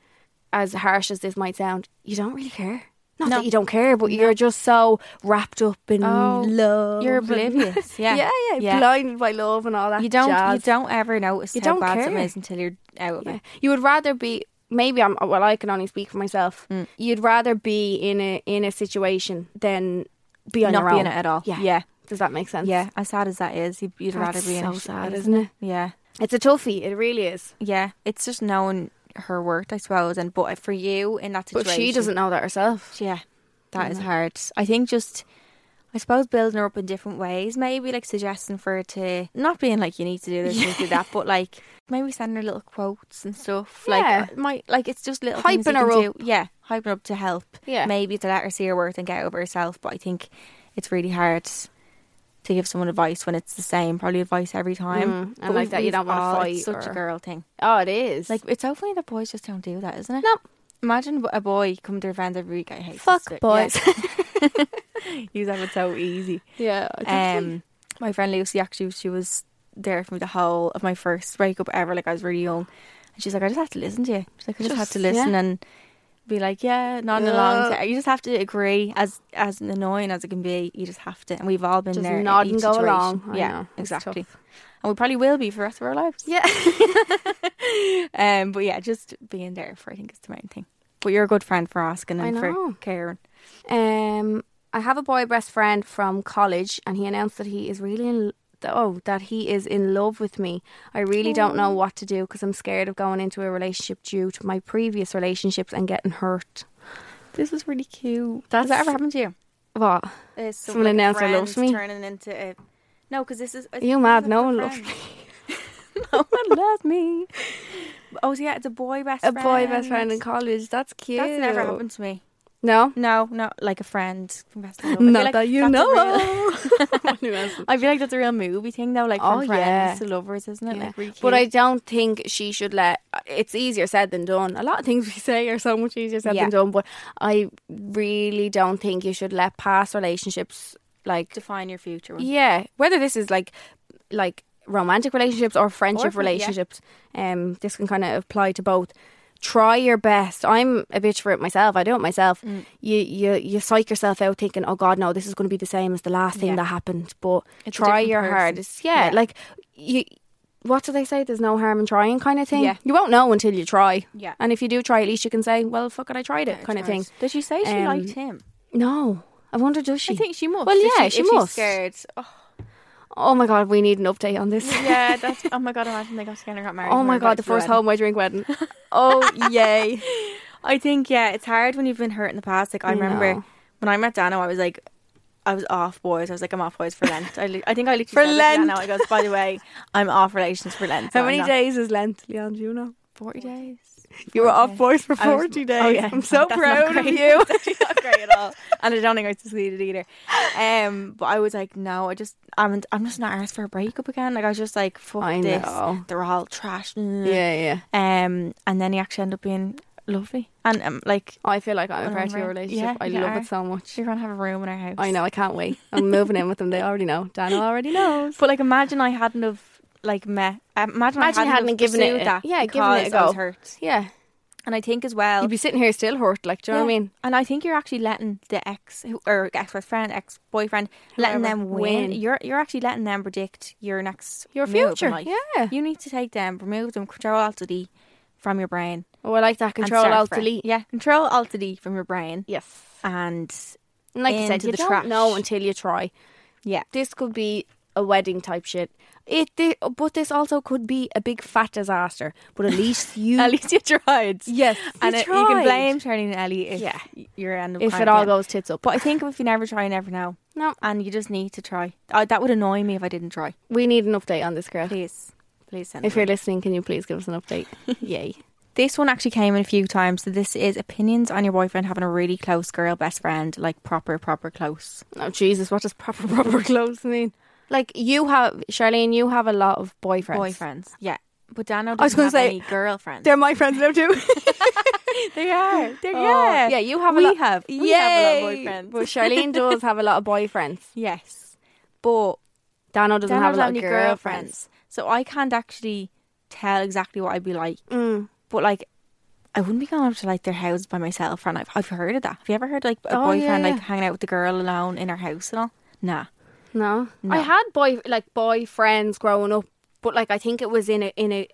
[SPEAKER 2] as harsh as this might sound, you don't really care. Not
[SPEAKER 3] No.
[SPEAKER 2] that you don't care, but you're just so wrapped up in
[SPEAKER 3] Oh,
[SPEAKER 2] love.
[SPEAKER 3] you're
[SPEAKER 2] and- [LAUGHS]
[SPEAKER 3] oblivious. Yeah.
[SPEAKER 2] yeah, yeah, blinded by love and all that.
[SPEAKER 3] You don't you
[SPEAKER 2] jazz.
[SPEAKER 3] don't ever notice
[SPEAKER 2] You
[SPEAKER 3] how
[SPEAKER 2] don't
[SPEAKER 3] bad
[SPEAKER 2] care.
[SPEAKER 3] something is until you're out of
[SPEAKER 2] Yeah.
[SPEAKER 3] it.
[SPEAKER 2] You would rather be maybe I'm well I can only speak for myself.
[SPEAKER 3] Mm.
[SPEAKER 2] You'd rather be in a in a situation than be on
[SPEAKER 3] Not
[SPEAKER 2] your
[SPEAKER 3] being
[SPEAKER 2] own.
[SPEAKER 3] it at all.
[SPEAKER 2] Yeah.
[SPEAKER 3] Yeah.
[SPEAKER 2] Does that make sense?
[SPEAKER 3] Yeah. As sad as that is, you'd, you'd rather
[SPEAKER 2] That's
[SPEAKER 3] be in
[SPEAKER 2] so
[SPEAKER 3] a sh-
[SPEAKER 2] sad, isn't it?
[SPEAKER 3] Yeah.
[SPEAKER 2] It's a toughie. It really is.
[SPEAKER 3] Yeah. It's just knowing her worth, I suppose. And but for you in that
[SPEAKER 2] But
[SPEAKER 3] situation
[SPEAKER 2] she doesn't know that herself.
[SPEAKER 3] Yeah, that is hard. I think just, I suppose, building her up in different ways. Maybe like suggesting for her to not being like you need to do this, you need to do that, but like maybe sending her little quotes and stuff. Like,
[SPEAKER 2] Yeah.
[SPEAKER 3] uh, might like it's just little things you
[SPEAKER 2] Hyping her
[SPEAKER 3] can
[SPEAKER 2] up.
[SPEAKER 3] Do. Yeah, hyping her up to help.
[SPEAKER 2] Yeah.
[SPEAKER 3] maybe to let her see her worth and get over herself. But I think it's really hard. To give someone advice when it's the same, probably advice every time.
[SPEAKER 2] Mm, and
[SPEAKER 3] But
[SPEAKER 2] like
[SPEAKER 3] we've-
[SPEAKER 2] that you
[SPEAKER 3] we've
[SPEAKER 2] don't wanna
[SPEAKER 3] all- it's
[SPEAKER 2] fight
[SPEAKER 3] Such a
[SPEAKER 2] or-
[SPEAKER 3] girl thing.
[SPEAKER 2] Oh, it is.
[SPEAKER 3] Like it's so funny that boys just don't do that, isn't it?
[SPEAKER 2] No.
[SPEAKER 3] Imagine a boy come to your friends every week. I hate this
[SPEAKER 2] Fuck [LAUGHS]
[SPEAKER 3] bit. [LAUGHS]
[SPEAKER 2] boys.
[SPEAKER 3] Yeah. Use that it's so easy.
[SPEAKER 2] Yeah.
[SPEAKER 3] Um, my friend Lucy actually she was there for me the whole of my first breakup ever. Like I was really young, and she's like, I just have to listen to you. She's like, I just, have to
[SPEAKER 2] Just-
[SPEAKER 3] listen
[SPEAKER 2] yeah.
[SPEAKER 3] and be like, yeah, not
[SPEAKER 2] Yeah.
[SPEAKER 3] along. To, you just have to agree, as as annoying as it can be. You just have to, and we've all been
[SPEAKER 2] Just
[SPEAKER 3] there. in
[SPEAKER 2] nod
[SPEAKER 3] each
[SPEAKER 2] and go
[SPEAKER 3] situation.
[SPEAKER 2] along. I
[SPEAKER 3] Yeah,
[SPEAKER 2] know, it's
[SPEAKER 3] exactly. And we probably will be for the rest of our lives.
[SPEAKER 2] Yeah.
[SPEAKER 3] [LAUGHS] Um, but yeah, just being there for I think is the main thing. But you're a good friend for asking
[SPEAKER 2] I
[SPEAKER 3] and
[SPEAKER 2] know.
[SPEAKER 3] for caring.
[SPEAKER 2] Um, I have a boy best friend from college, and he announced that he is really in. Oh, that he is in love with me. I really don't know what to do because I'm scared of going into a relationship due to my previous relationships and getting hurt.
[SPEAKER 3] This is really cute.
[SPEAKER 2] That's-
[SPEAKER 3] Has that ever happened to you?
[SPEAKER 2] What?
[SPEAKER 3] Uh,
[SPEAKER 2] Someone announced they loved me?
[SPEAKER 3] Turning into a no, because this is I
[SPEAKER 2] You
[SPEAKER 3] think
[SPEAKER 2] mad?
[SPEAKER 3] this is
[SPEAKER 2] No
[SPEAKER 3] a
[SPEAKER 2] one loved
[SPEAKER 3] friend.
[SPEAKER 2] [LAUGHS]
[SPEAKER 3] no one loved me. Oh, so yeah, it's a boy best.
[SPEAKER 2] A
[SPEAKER 3] friend.
[SPEAKER 2] boy best friend in college. That's cute.
[SPEAKER 3] That's never happened to me.
[SPEAKER 2] No,
[SPEAKER 3] No, no, like a friend. Best love. I feel
[SPEAKER 2] not
[SPEAKER 3] like
[SPEAKER 2] that you
[SPEAKER 3] that's a
[SPEAKER 2] know. [LAUGHS]
[SPEAKER 3] real- [LAUGHS]
[SPEAKER 2] of.
[SPEAKER 3] I feel like that's a real movie thing though, like from
[SPEAKER 2] Oh,
[SPEAKER 3] friends
[SPEAKER 2] yeah.
[SPEAKER 3] to lovers, isn't it? Like really
[SPEAKER 2] But I
[SPEAKER 3] cute.
[SPEAKER 2] don't think she should let. It's easier said than done. A lot of things [LAUGHS] we say are so much easier said
[SPEAKER 3] Yeah.
[SPEAKER 2] than done. But I really don't think you should let past relationships like.
[SPEAKER 3] define your future. One.
[SPEAKER 2] Yeah, whether this is like, like romantic relationships or friendship
[SPEAKER 3] fri- yeah.
[SPEAKER 2] relationships, um, this can kind of apply to both. Try your best. I'm a bitch for it myself. I do it myself.
[SPEAKER 3] Mm.
[SPEAKER 2] You you you psych yourself out thinking, oh God, no, this is going to be the same as the last thing
[SPEAKER 3] Yeah.
[SPEAKER 2] that happened. But
[SPEAKER 3] It's a
[SPEAKER 2] try
[SPEAKER 3] different
[SPEAKER 2] your
[SPEAKER 3] person.
[SPEAKER 2] hardest. Yeah,
[SPEAKER 3] Yeah.
[SPEAKER 2] like you. What do they say? There's no harm in trying, kind of thing.
[SPEAKER 3] Yeah.
[SPEAKER 2] You won't know until you try.
[SPEAKER 3] Yeah.
[SPEAKER 2] And if you do try, at least you can say, well, fuck it, I tried it, kind of thing.
[SPEAKER 3] Did she say she
[SPEAKER 2] Um,
[SPEAKER 3] liked him?
[SPEAKER 2] No, I wonder does she?
[SPEAKER 3] I think she must.
[SPEAKER 2] Well,
[SPEAKER 3] if
[SPEAKER 2] yeah,
[SPEAKER 3] she,
[SPEAKER 2] she
[SPEAKER 3] if
[SPEAKER 2] must.
[SPEAKER 3] She's scared. Oh,
[SPEAKER 2] Oh my God, we need an update on this. [LAUGHS]
[SPEAKER 3] yeah, that's. Oh my god, imagine they got together and got married.
[SPEAKER 2] Oh
[SPEAKER 3] and
[SPEAKER 2] my
[SPEAKER 3] were
[SPEAKER 2] god,
[SPEAKER 3] invited
[SPEAKER 2] the
[SPEAKER 3] to
[SPEAKER 2] first
[SPEAKER 3] wedding.
[SPEAKER 2] home I drink
[SPEAKER 3] [LAUGHS]
[SPEAKER 2] wedding. Oh yay!
[SPEAKER 3] I think yeah, it's hard when you've been hurt in the past. Like
[SPEAKER 2] I
[SPEAKER 3] I, remember
[SPEAKER 2] know.
[SPEAKER 3] when I met Dano, I was like, I was off boys. I was like, I'm off boys for Lent. I, li- I think I
[SPEAKER 2] For
[SPEAKER 3] literally said
[SPEAKER 2] Lent.
[SPEAKER 3] Now I goes, by the way, I'm off relations for Lent.
[SPEAKER 2] How
[SPEAKER 3] so
[SPEAKER 2] many
[SPEAKER 3] I'm not-
[SPEAKER 2] days is Lent, Leon? Do you know?
[SPEAKER 3] Forty days.
[SPEAKER 2] You were off boys for
[SPEAKER 3] I was-
[SPEAKER 2] forty days.
[SPEAKER 3] oh, yeah.
[SPEAKER 2] I'm so
[SPEAKER 3] That's not
[SPEAKER 2] proud of
[SPEAKER 3] great. [LAUGHS]
[SPEAKER 2] you.
[SPEAKER 3] That's actually not great at all, and I don't think I succeeded either. Um, but I was like, no, I just, I'm, I'm just not asked for a breakup again. Like I was just like, fuck
[SPEAKER 2] I
[SPEAKER 3] this.
[SPEAKER 2] know.
[SPEAKER 3] They're all trash.
[SPEAKER 2] yeah.
[SPEAKER 3] Um, and then he actually ended up being lovely. And um, like,
[SPEAKER 2] Oh, I feel like I'm a part of your
[SPEAKER 3] Remember?
[SPEAKER 2] relationship. I
[SPEAKER 3] Oh, Yeah, you
[SPEAKER 2] love
[SPEAKER 3] are.
[SPEAKER 2] it so much.
[SPEAKER 3] you're gonna have a room in our house.
[SPEAKER 2] I know. I can't wait. I'm moving in with them. They already know. Daniel already knows.
[SPEAKER 3] But like, imagine I hadn't have like met. uh,
[SPEAKER 2] Imagine
[SPEAKER 3] Imagine, I
[SPEAKER 2] you
[SPEAKER 3] hadn't,
[SPEAKER 2] hadn't
[SPEAKER 3] have
[SPEAKER 2] given it
[SPEAKER 3] pursued
[SPEAKER 2] a-
[SPEAKER 3] that.
[SPEAKER 2] yeah, given it a
[SPEAKER 3] because I was
[SPEAKER 2] go.
[SPEAKER 3] hurt.
[SPEAKER 2] Yeah,
[SPEAKER 3] And I think as well.
[SPEAKER 2] you'd be sitting here still hurt. Like, do you know what I
[SPEAKER 3] Yeah.
[SPEAKER 2] mean?
[SPEAKER 3] And I think you're actually letting the ex who- or ex best friend, ex boyfriend, letting
[SPEAKER 2] Whoever.
[SPEAKER 3] them win.
[SPEAKER 2] Win.
[SPEAKER 3] You're you're actually letting them predict your next
[SPEAKER 2] Your
[SPEAKER 3] move in
[SPEAKER 2] future,
[SPEAKER 3] life.
[SPEAKER 2] yeah.
[SPEAKER 3] You need to take them, remove them, control alt delete from your brain.
[SPEAKER 2] Oh, I like that.
[SPEAKER 3] and
[SPEAKER 2] Control
[SPEAKER 3] start
[SPEAKER 2] Alt
[SPEAKER 3] fresh.
[SPEAKER 2] Delete.
[SPEAKER 3] Yeah, control alt delete from your brain.
[SPEAKER 2] Yes.
[SPEAKER 3] And [LAUGHS]
[SPEAKER 2] And like I said,
[SPEAKER 3] Into
[SPEAKER 2] you
[SPEAKER 3] the
[SPEAKER 2] don't
[SPEAKER 3] trash.
[SPEAKER 2] know until you try.
[SPEAKER 3] yeah,
[SPEAKER 2] This could be a wedding type shit. It, thi- but this also could be a big fat disaster. But at
[SPEAKER 3] [LAUGHS]
[SPEAKER 2] least you
[SPEAKER 3] at least you tried.
[SPEAKER 2] Yes,
[SPEAKER 3] and
[SPEAKER 2] you
[SPEAKER 3] it- [LAUGHS] you can
[SPEAKER 2] tried.
[SPEAKER 3] blame Charlie and Ellie if
[SPEAKER 2] Yeah.
[SPEAKER 3] you're end up
[SPEAKER 2] if
[SPEAKER 3] crying
[SPEAKER 2] it all
[SPEAKER 3] again.
[SPEAKER 2] goes tits up.
[SPEAKER 3] But I think if you never try, you never know.
[SPEAKER 2] No,
[SPEAKER 3] And you just need to try. Uh, that would annoy me if I didn't try.
[SPEAKER 2] we need an update on this,
[SPEAKER 3] [LAUGHS]
[SPEAKER 2] girl.
[SPEAKER 3] Please, please send.
[SPEAKER 2] If
[SPEAKER 3] them.
[SPEAKER 2] you're listening, can you please give us an
[SPEAKER 3] [LAUGHS]
[SPEAKER 2] update? Yay!
[SPEAKER 3] This one actually came in a few times. So this is opinions on your boyfriend having a really close girl best friend, like proper, proper close.
[SPEAKER 2] Oh Jesus, what does proper [LAUGHS] proper clothes mean? Like you have, Charlene, you have a lot of boyfriends.
[SPEAKER 3] Boyfriends, yeah. But Dano doesn't
[SPEAKER 2] I was gonna
[SPEAKER 3] have
[SPEAKER 2] say,
[SPEAKER 3] any girlfriends.
[SPEAKER 2] They're my friends now too.
[SPEAKER 3] [LAUGHS] They are. They're,
[SPEAKER 2] Oh, yeah, you have.
[SPEAKER 3] We
[SPEAKER 2] a lot.
[SPEAKER 3] have. We
[SPEAKER 2] Yay!
[SPEAKER 3] have a lot of boyfriends.
[SPEAKER 2] But Charlene does have a lot of boyfriends.
[SPEAKER 3] yes, but
[SPEAKER 2] Dano doesn't
[SPEAKER 3] Dano
[SPEAKER 2] have a
[SPEAKER 3] doesn't
[SPEAKER 2] lot
[SPEAKER 3] have
[SPEAKER 2] of
[SPEAKER 3] any
[SPEAKER 2] girlfriends.
[SPEAKER 3] girlfriends, so I can't actually tell exactly what I'd be like.
[SPEAKER 2] Mm.
[SPEAKER 3] But like, I wouldn't be going up to like their house by myself. And I've, I've heard of that. Have you ever heard like a
[SPEAKER 2] Oh,
[SPEAKER 3] boyfriend
[SPEAKER 2] yeah,
[SPEAKER 3] like
[SPEAKER 2] yeah.
[SPEAKER 3] hanging out with the girl alone in her house and all? Nah.
[SPEAKER 2] No.
[SPEAKER 3] No.
[SPEAKER 2] I had boy like boyfriends growing up, but like I think it was in a in a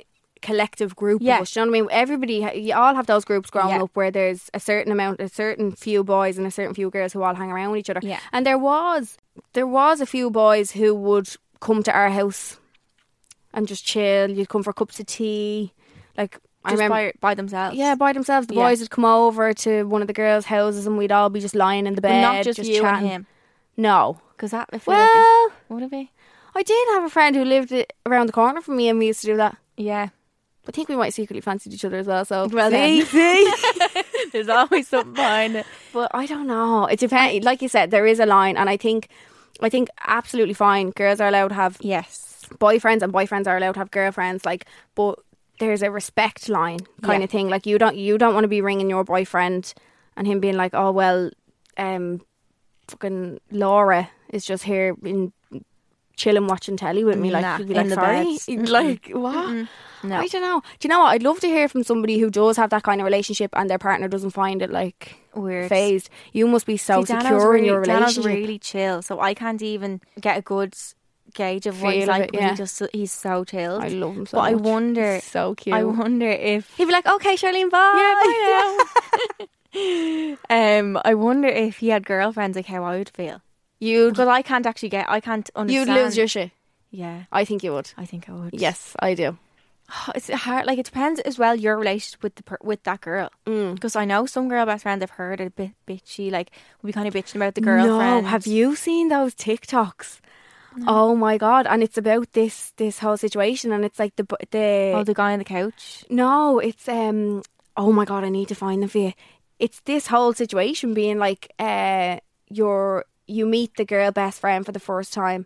[SPEAKER 2] collective group.
[SPEAKER 3] Yeah.
[SPEAKER 2] Of us, do you know what I mean? Everybody, ha- you all have those groups growing
[SPEAKER 3] Yeah.
[SPEAKER 2] up where there's a certain amount, a certain few boys and a certain few girls who all hang around with each other.
[SPEAKER 3] Yeah.
[SPEAKER 2] And there was there was a few boys who would come to our house and just chill. You'd come for cups of tea, like I
[SPEAKER 3] Just
[SPEAKER 2] remember.
[SPEAKER 3] by, by themselves.
[SPEAKER 2] yeah, by themselves. The
[SPEAKER 3] Yeah.
[SPEAKER 2] boys would come over to one of the girls' houses, and we'd all be just lying in the
[SPEAKER 3] But
[SPEAKER 2] bed,
[SPEAKER 3] not just, you
[SPEAKER 2] chatting.
[SPEAKER 3] and him.
[SPEAKER 2] No,
[SPEAKER 3] Because that, if well,
[SPEAKER 2] well,
[SPEAKER 3] would it be?
[SPEAKER 2] I did have a friend who lived i- around the corner from me, and we used to do that. [LAUGHS]
[SPEAKER 3] Yeah.
[SPEAKER 2] I think we might secretly fancied each other as well. So
[SPEAKER 3] Well
[SPEAKER 2] See?
[SPEAKER 3] There's always something behind it.
[SPEAKER 2] [LAUGHS] but I don't know. It depends. Like you said, there is a line, and I think, I think absolutely fine. Girls are allowed to have
[SPEAKER 3] Yes.
[SPEAKER 2] boyfriends, and boyfriends are allowed to have girlfriends. Like, but there's a respect line kind
[SPEAKER 3] Yeah.
[SPEAKER 2] of thing. Like you don't, you don't want to be ringing your boyfriend, and him being like, oh well, um, fucking Laura is just here in chilling watching telly with me. Like,
[SPEAKER 3] Nah,
[SPEAKER 2] he'd be
[SPEAKER 3] in
[SPEAKER 2] like,
[SPEAKER 3] the
[SPEAKER 2] sorry,
[SPEAKER 3] beds.
[SPEAKER 2] You'd like what?
[SPEAKER 3] No.
[SPEAKER 2] I don't know. Do you know what? I'd love to hear from somebody who does have that kind of relationship and their partner doesn't find it like
[SPEAKER 3] Weird.
[SPEAKER 2] phased. You must be so
[SPEAKER 3] See, Dano's
[SPEAKER 2] secure in
[SPEAKER 3] really,
[SPEAKER 2] your relationship.
[SPEAKER 3] Dano's really chill, so I can't even get a good gauge of what
[SPEAKER 2] Feel
[SPEAKER 3] he's
[SPEAKER 2] of
[SPEAKER 3] like.
[SPEAKER 2] it,
[SPEAKER 3] but
[SPEAKER 2] yeah.
[SPEAKER 3] he just he's so chilled.
[SPEAKER 2] I love him so
[SPEAKER 3] but I
[SPEAKER 2] much.
[SPEAKER 3] wonder,
[SPEAKER 2] He's so cute.
[SPEAKER 3] I wonder if he'd be like, "Okay, Charlene, bye."
[SPEAKER 2] yeah, but
[SPEAKER 3] [LAUGHS] um, I wonder if he had girlfriends, like how I would feel.
[SPEAKER 2] you'd
[SPEAKER 3] Because I can't actually get, I can't
[SPEAKER 2] you'd
[SPEAKER 3] understand.
[SPEAKER 2] lose your shit.
[SPEAKER 3] yeah.
[SPEAKER 2] I think you would.
[SPEAKER 3] I think I would.
[SPEAKER 2] Yes, I do.
[SPEAKER 3] it's hard. Like it depends as well your relationship with the per- with that girl. Because I know some girl best friends I've heard are a bit bitchy, like will be kind of bitching about the girlfriend.
[SPEAKER 2] No, have you seen those TikToks? Oh my god! And it's about this this whole situation, and it's like the bu- the
[SPEAKER 3] Oh, the guy on the couch.
[SPEAKER 2] No, it's um. Oh my god, I need to find them for you. It's this whole situation being like, uh, you're you meet the girl best friend for the first time,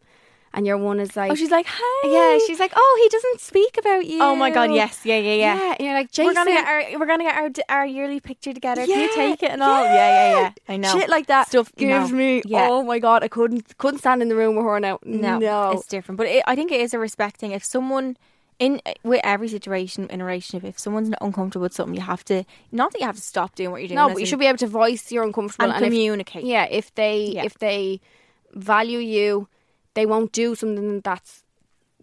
[SPEAKER 2] and your one is like,
[SPEAKER 3] Oh, she's like, hi.
[SPEAKER 2] yeah, she's like, oh, he doesn't speak about you.
[SPEAKER 3] Oh my god, yes, yeah, yeah, yeah.
[SPEAKER 2] yeah. And you're like, Jason,
[SPEAKER 3] We're gonna get our we're gonna get our our yearly picture together. Can you
[SPEAKER 2] Yeah,
[SPEAKER 3] take it and all? Yeah, yeah, yeah. I know.
[SPEAKER 2] shit like that
[SPEAKER 3] Stuff-
[SPEAKER 2] gives
[SPEAKER 3] no.
[SPEAKER 2] me.
[SPEAKER 3] Yeah.
[SPEAKER 2] Oh my god, I couldn't couldn't stand in the room with her now.
[SPEAKER 3] no,
[SPEAKER 2] No,
[SPEAKER 3] it's different. But it, I think it is a respect thing. If someone in with every situation in a relationship, if someone's uncomfortable with something, you have to not that you have to stop doing what you're doing.
[SPEAKER 2] no,
[SPEAKER 3] as
[SPEAKER 2] but you
[SPEAKER 3] in-
[SPEAKER 2] should be able to voice your uncomfortable
[SPEAKER 3] and,
[SPEAKER 2] if-
[SPEAKER 3] communicate.
[SPEAKER 2] Yeah, if they
[SPEAKER 3] Yeah.
[SPEAKER 2] if they value you, they won't do something that's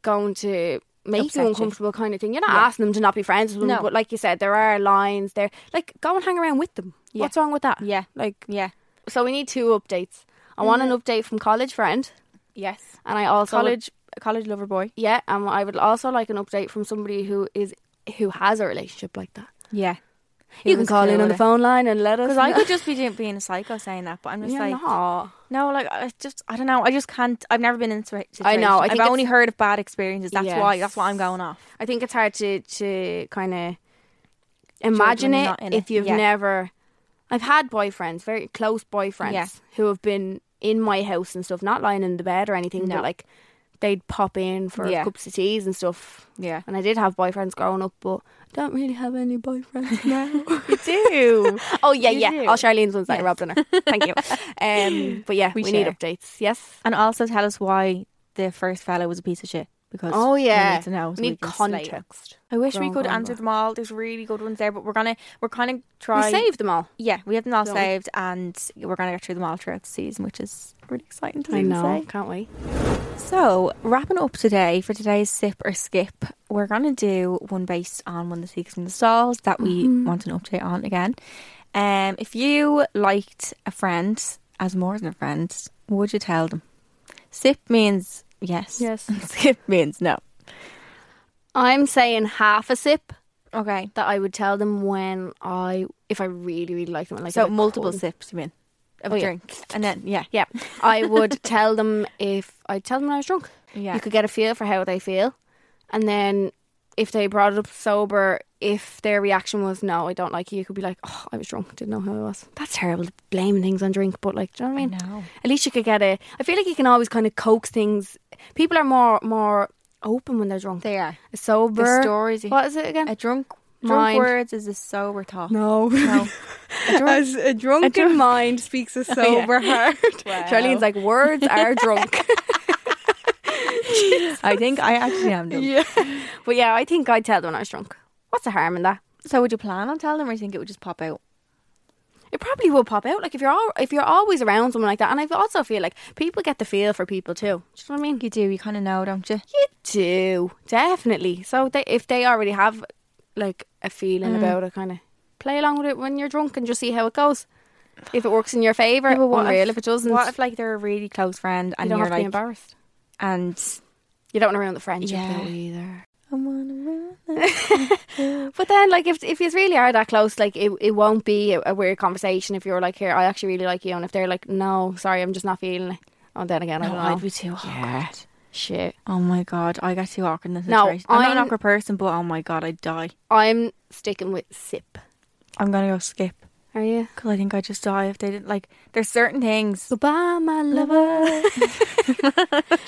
[SPEAKER 2] going to make you
[SPEAKER 3] Upset you.
[SPEAKER 2] uncomfortable kind of thing. You're not
[SPEAKER 3] Yeah.
[SPEAKER 2] asking them to not be friends with them,
[SPEAKER 3] No.
[SPEAKER 2] but like you said, there are lines there. Like go and hang around with them.
[SPEAKER 3] Yeah.
[SPEAKER 2] What's wrong with that?
[SPEAKER 3] Yeah. Mm-hmm.
[SPEAKER 2] Like
[SPEAKER 3] yeah.
[SPEAKER 2] so we need two updates. I want an update from college friend
[SPEAKER 3] Yes.
[SPEAKER 2] and I also
[SPEAKER 3] College college lover boy.
[SPEAKER 2] yeah, and I would also like an update from somebody who is who has a relationship like that.
[SPEAKER 3] Yeah.
[SPEAKER 2] you can call in on the phone line and let us
[SPEAKER 3] Because I
[SPEAKER 2] know. [LAUGHS]
[SPEAKER 3] could just be doing, being a psycho saying that, but I'm just
[SPEAKER 2] You're
[SPEAKER 3] like,
[SPEAKER 2] not.
[SPEAKER 3] no, like I just, I don't know, I just can't. I've never been in this situation.
[SPEAKER 2] I know, I think
[SPEAKER 3] have
[SPEAKER 2] it's-
[SPEAKER 3] only heard of bad experiences. That's
[SPEAKER 2] Yes.
[SPEAKER 3] why. That's why I'm going off.
[SPEAKER 2] I think it's hard to to kind of imagine
[SPEAKER 3] you're
[SPEAKER 2] it
[SPEAKER 3] not in
[SPEAKER 2] if
[SPEAKER 3] it,
[SPEAKER 2] you've
[SPEAKER 3] yeah.
[SPEAKER 2] never. I've had boyfriends, very close boyfriends,
[SPEAKER 3] Yeah.
[SPEAKER 2] who have been in my house and stuff, not lying in the bed or anything,
[SPEAKER 3] No.
[SPEAKER 2] but like they'd pop in for
[SPEAKER 3] Yeah.
[SPEAKER 2] cups of teas and stuff.
[SPEAKER 3] Yeah.
[SPEAKER 2] And I did have boyfriends growing up, but I don't really have any
[SPEAKER 3] [LAUGHS]
[SPEAKER 2] boyfriends now.
[SPEAKER 3] You do.
[SPEAKER 2] [LAUGHS] oh yeah,
[SPEAKER 3] You
[SPEAKER 2] yeah.
[SPEAKER 3] do.
[SPEAKER 2] All Charlene's ones that I
[SPEAKER 3] Yes.
[SPEAKER 2] robbed in her. Thank
[SPEAKER 3] [LAUGHS]
[SPEAKER 2] you. Um, but yeah, we,
[SPEAKER 3] We
[SPEAKER 2] need
[SPEAKER 3] share.
[SPEAKER 2] updates. Yes.
[SPEAKER 3] and also tell us why the first fellow was a piece of shit. Because
[SPEAKER 2] Oh yeah.
[SPEAKER 3] we need to know. So
[SPEAKER 2] We
[SPEAKER 3] we
[SPEAKER 2] need
[SPEAKER 3] can slate him.
[SPEAKER 2] context.
[SPEAKER 3] I wish we
[SPEAKER 2] Don't
[SPEAKER 3] could
[SPEAKER 2] go on
[SPEAKER 3] answer
[SPEAKER 2] that.
[SPEAKER 3] them all. There's really good ones there, but we're gonna we're kind of
[SPEAKER 2] We
[SPEAKER 3] trying.
[SPEAKER 2] saved them all.
[SPEAKER 3] Yeah, we have them all
[SPEAKER 2] Don't we?
[SPEAKER 3] saved, and we're going to get through them all throughout the season, which is really exciting to
[SPEAKER 2] I
[SPEAKER 3] even
[SPEAKER 2] know. Can't wait.
[SPEAKER 3] say. So, wrapping up today for today's sip or skip, we're going to do one based on one of the seeks from the stalls that we want an update on again. Um, if you liked a friend as more than a friend, would you tell them? Sip means yes.
[SPEAKER 2] Yes.
[SPEAKER 3] [LAUGHS] skip means no.
[SPEAKER 2] I'm saying half a sip.
[SPEAKER 3] Okay.
[SPEAKER 2] that I would tell them when I, if I really, really liked them. and Like
[SPEAKER 3] So,
[SPEAKER 2] if I
[SPEAKER 3] multiple
[SPEAKER 2] couldn't.
[SPEAKER 3] sips, you mean? Of
[SPEAKER 2] Oh,
[SPEAKER 3] a
[SPEAKER 2] yeah.
[SPEAKER 3] drink. And then, yeah.
[SPEAKER 2] Yeah. I
[SPEAKER 3] [LAUGHS]
[SPEAKER 2] would tell them if, I'd tell them when I was drunk.
[SPEAKER 3] Yeah.
[SPEAKER 2] You could get a feel for how they feel. And then if they brought it up sober, if their reaction was, no, I don't like you, you could be like, oh, I was drunk, didn't know who I was. That's terrible, blaming things on drink. But like, do you know what I mean?
[SPEAKER 3] No.
[SPEAKER 2] At least you could get a, I feel like you can always kind of coax things. People are more, more open when they're drunk.
[SPEAKER 3] They are.
[SPEAKER 2] sober.
[SPEAKER 3] The stories you
[SPEAKER 2] What is it again?
[SPEAKER 3] A drunk drunk
[SPEAKER 2] Mind.
[SPEAKER 3] words is a sober talk.
[SPEAKER 2] no. [LAUGHS]
[SPEAKER 3] No. A [LAUGHS] drunk-
[SPEAKER 2] As a drunken mind speaks
[SPEAKER 3] [LAUGHS] Oh,
[SPEAKER 2] a sober heart.
[SPEAKER 3] Wow.
[SPEAKER 2] Charlene's like, words are drunk.
[SPEAKER 3] I think I actually [LAUGHS] am. Drunk.
[SPEAKER 2] yeah. But yeah, I think I'd tell them when I was drunk. What's the harm in that?
[SPEAKER 3] So would you plan on telling them, or you think it would just pop out?
[SPEAKER 2] It probably will pop out. Like if you're all, if you're always around someone like that, and I also feel like people get the feel for people too. Do you know what I mean?
[SPEAKER 3] You do. You kind of know, don't you?
[SPEAKER 2] You do definitely. So they, if they already have like a
[SPEAKER 3] Mm.
[SPEAKER 2] feeling about it, kind of play along with it when you're drunk and just see how it goes. If it works in your favour,
[SPEAKER 3] Yeah, but what
[SPEAKER 2] unreal.
[SPEAKER 3] if-
[SPEAKER 2] If, it doesn't,
[SPEAKER 3] What if like they're a really close friend
[SPEAKER 2] you
[SPEAKER 3] and
[SPEAKER 2] don't
[SPEAKER 3] you
[SPEAKER 2] have
[SPEAKER 3] are
[SPEAKER 2] to be
[SPEAKER 3] like,
[SPEAKER 2] embarrassed.
[SPEAKER 3] and
[SPEAKER 2] You don't want to ruin the friendship
[SPEAKER 3] Yeah.
[SPEAKER 2] though either.
[SPEAKER 3] I wanna run
[SPEAKER 2] [LAUGHS] But then, like, if if you really are that close, like, it, it won't be a, a weird conversation if you're like, here, I actually really like you. And if they're like, no, sorry, I'm just not feeling it. Oh, then again, I
[SPEAKER 3] no,
[SPEAKER 2] don't know.
[SPEAKER 3] I'd be too awkward.
[SPEAKER 2] Yeah. Shit.
[SPEAKER 3] Oh my god, I got too awkward in this
[SPEAKER 2] No,
[SPEAKER 3] situation. I'm, not an
[SPEAKER 2] I'm-
[SPEAKER 3] awkward person, but oh my god, I'd die.
[SPEAKER 2] I'm sticking with sip.
[SPEAKER 3] I'm gonna go skip
[SPEAKER 2] Are you?
[SPEAKER 3] because I think I'd just die if they didn't. Like, there's certain things.
[SPEAKER 2] Goodbye, my lover.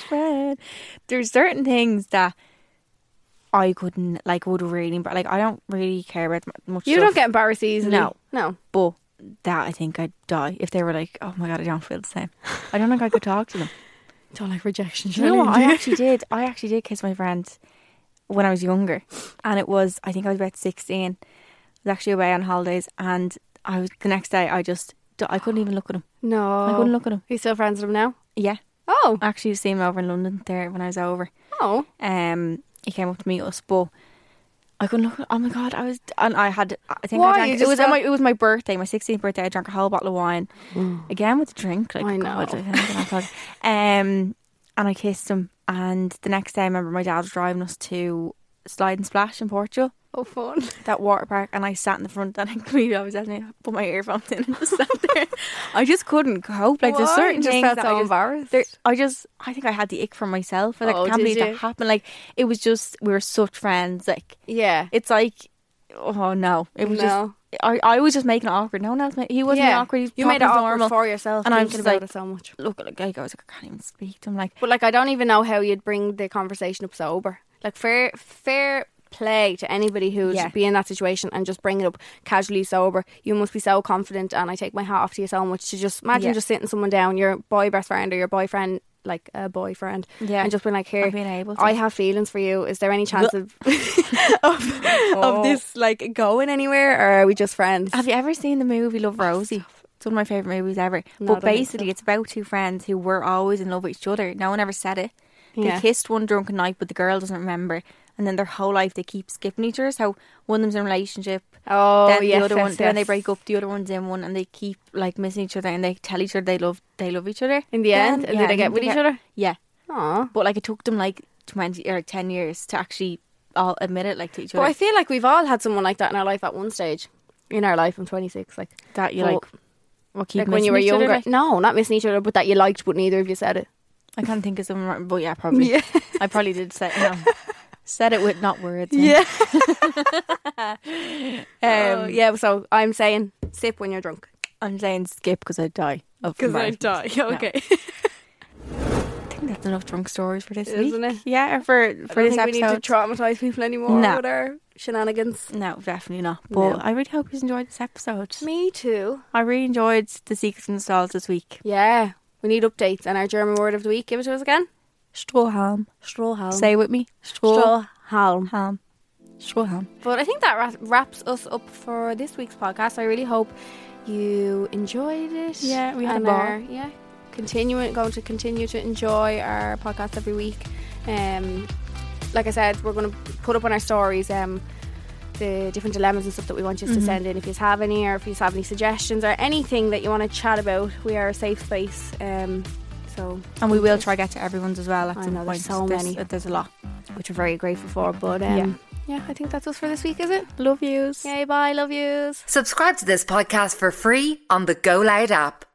[SPEAKER 3] Fred. [LAUGHS] There's certain things that I couldn't like would really but like I don't really care about m- much.
[SPEAKER 2] you
[SPEAKER 3] stuff,
[SPEAKER 2] don't get embarrassed easily.
[SPEAKER 3] No.
[SPEAKER 2] No.
[SPEAKER 3] but that I think I'd die if they were like, Oh my god, I don't feel the same. I don't think I could talk to them.
[SPEAKER 2] Don't like rejection.
[SPEAKER 3] [LAUGHS] Do you know what? I
[SPEAKER 2] challenge.
[SPEAKER 3] actually did. I actually did kiss my friend when I was younger, and it was I think I was about sixteen. I was actually away on holidays, and I was the next day. I just I couldn't even look at him.
[SPEAKER 2] No.
[SPEAKER 3] I couldn't look at him.
[SPEAKER 2] Are you still friends with him now?
[SPEAKER 3] Yeah,
[SPEAKER 2] Oh.
[SPEAKER 3] I actually see him over in London there when I was over.
[SPEAKER 2] Oh.
[SPEAKER 3] Um, he came up to meet us, but I couldn't look. At, oh my god, I was and I had. I think
[SPEAKER 2] Why?
[SPEAKER 3] I
[SPEAKER 2] You
[SPEAKER 3] drank. It
[SPEAKER 2] just
[SPEAKER 3] was on
[SPEAKER 2] felt-
[SPEAKER 3] my it was my birthday, my sixteenth birthday. I drank a whole bottle of wine again with a drink. Like
[SPEAKER 2] Mm. I
[SPEAKER 3] God,
[SPEAKER 2] know.
[SPEAKER 3] I think I'm gonna have- um, and I kissed him, and the next day I remember my dad was driving us to Slide and Splash in Portugal,
[SPEAKER 2] Oh, fun.
[SPEAKER 3] that water park, and I sat in the front and [LAUGHS] I completely I was I put my earphones in and just sat
[SPEAKER 2] [LAUGHS]
[SPEAKER 3] there. I just couldn't cope. Like there's
[SPEAKER 2] Why?
[SPEAKER 3] certain
[SPEAKER 2] Just
[SPEAKER 3] things
[SPEAKER 2] felt
[SPEAKER 3] that
[SPEAKER 2] so
[SPEAKER 3] I just,
[SPEAKER 2] embarrassed.
[SPEAKER 3] there- I just, I think I had the ick for myself. I like,
[SPEAKER 2] Oh,
[SPEAKER 3] can't
[SPEAKER 2] did
[SPEAKER 3] believe that
[SPEAKER 2] you?
[SPEAKER 3] happened. Like, it was just, we were such friends. Like,
[SPEAKER 2] Yeah.
[SPEAKER 3] it's like, oh no, it was
[SPEAKER 2] No.
[SPEAKER 3] just, I, I was just making it awkward. No one else, made, he wasn't
[SPEAKER 2] yeah.
[SPEAKER 3] awkward. He
[SPEAKER 2] You made it awkward
[SPEAKER 3] normal.
[SPEAKER 2] for yourself
[SPEAKER 3] And
[SPEAKER 2] and
[SPEAKER 3] I'm
[SPEAKER 2] thinking
[SPEAKER 3] just
[SPEAKER 2] about
[SPEAKER 3] like-
[SPEAKER 2] it so much.
[SPEAKER 3] Look, like, I was like, I can't even speak to him. Like,
[SPEAKER 2] But like, I don't even know how you'd bring the conversation up sober. Like, fair, fair play to anybody who'd
[SPEAKER 3] Yeah.
[SPEAKER 2] be in that situation and just bring it up casually sober. You must be so confident, and I take my hat off to you so much to just imagine
[SPEAKER 3] Yeah.
[SPEAKER 2] just sitting someone down, your boy best friend or your boyfriend, like a boyfriend,
[SPEAKER 3] Yeah.
[SPEAKER 2] and just being like, here,
[SPEAKER 3] And being able to.
[SPEAKER 2] I have feelings for you. Is there any chance of [LAUGHS] of,
[SPEAKER 3] Oh.
[SPEAKER 2] of this like going anywhere, or are we just friends?
[SPEAKER 3] have you ever seen the movie Love Rosie? It's one of my favourite movies ever.
[SPEAKER 2] No, I
[SPEAKER 3] but
[SPEAKER 2] don't think
[SPEAKER 3] basically, it's about two friends who were always in love with each other. No one ever said it.
[SPEAKER 2] Yeah.
[SPEAKER 3] They kissed one drunken night, but the girl doesn't remember. And then their whole life they keep skipping each other. So one of them's in a relationship.
[SPEAKER 2] Oh,
[SPEAKER 3] then
[SPEAKER 2] yes,
[SPEAKER 3] the other
[SPEAKER 2] yes,
[SPEAKER 3] one, then they
[SPEAKER 2] yes.
[SPEAKER 3] break up. The other one's in one, and they keep like missing each other. And they tell each other they love they love each other.
[SPEAKER 2] In the end,
[SPEAKER 3] Then-
[SPEAKER 2] and did they
[SPEAKER 3] in
[SPEAKER 2] get
[SPEAKER 3] the
[SPEAKER 2] with each
[SPEAKER 3] end-
[SPEAKER 2] other?
[SPEAKER 3] Yeah,
[SPEAKER 2] Aw.
[SPEAKER 3] but like it took them like twenty or like ten years to actually all admit it like to each
[SPEAKER 2] But
[SPEAKER 3] other.
[SPEAKER 2] I feel like we've all had someone like that in our life at one stage. In our life, I'm 26. Like
[SPEAKER 3] that you
[SPEAKER 2] but-
[SPEAKER 3] like, what keep
[SPEAKER 2] like when you were
[SPEAKER 3] missing each other,
[SPEAKER 2] younger.
[SPEAKER 3] like?
[SPEAKER 2] no, not missing each other, but that you liked, but neither of you said it.
[SPEAKER 3] I can't think of something, right, but yeah, probably.
[SPEAKER 2] Yeah.
[SPEAKER 3] [LAUGHS] I probably did say
[SPEAKER 2] [LAUGHS]
[SPEAKER 3] no. said it with not words. man.
[SPEAKER 2] Yeah. um, yeah. So I'm saying sip when you're drunk.
[SPEAKER 3] I'm saying skip because I die.
[SPEAKER 2] [LAUGHS]
[SPEAKER 3] Because
[SPEAKER 2] Okay.
[SPEAKER 3] [LAUGHS] I think that's enough drunk stories for this
[SPEAKER 2] Isn't
[SPEAKER 3] week.
[SPEAKER 2] it?
[SPEAKER 3] Yeah, or for for
[SPEAKER 2] I don't
[SPEAKER 3] this
[SPEAKER 2] think we
[SPEAKER 3] episode.
[SPEAKER 2] need to traumatize people anymore
[SPEAKER 3] No.
[SPEAKER 2] with our shenanigans.
[SPEAKER 3] no, definitely not. But
[SPEAKER 2] No.
[SPEAKER 3] I really hope you enjoyed this episode.
[SPEAKER 2] Me too.
[SPEAKER 3] I really enjoyed the secrets and stalls this week.
[SPEAKER 2] Yeah. We need updates and our German word of the week. Give it to us again.
[SPEAKER 3] Strohhalm.
[SPEAKER 2] Strohhalm.
[SPEAKER 3] Um, Say it with me.
[SPEAKER 2] Strohhalm.
[SPEAKER 3] Strohhalm. Strohhalm.
[SPEAKER 2] But I think that wra- wraps us up for this week's podcast. I really hope you enjoyed it.
[SPEAKER 3] Yeah, we had a
[SPEAKER 2] and
[SPEAKER 3] ball.
[SPEAKER 2] are- yeah, continuing going to continue to enjoy our podcast every week. Um, like I said, we're going to put up on our stories. Um, the different dilemmas and stuff that we want you
[SPEAKER 3] Mm-hmm.
[SPEAKER 2] to send in if you have any or if you have any suggestions or anything that you want to chat about we are a safe space um, so
[SPEAKER 3] And we will try to get to everyone's as well at
[SPEAKER 2] I
[SPEAKER 3] some
[SPEAKER 2] know, there's
[SPEAKER 3] point.
[SPEAKER 2] so
[SPEAKER 3] there's,
[SPEAKER 2] many.
[SPEAKER 3] uh, there's a lot.
[SPEAKER 2] which we're very grateful for but um, yeah. I think that's us for this week is it
[SPEAKER 3] Love yous.
[SPEAKER 2] yay bye love yous
[SPEAKER 1] Subscribe to this podcast for free on the Go Loud app.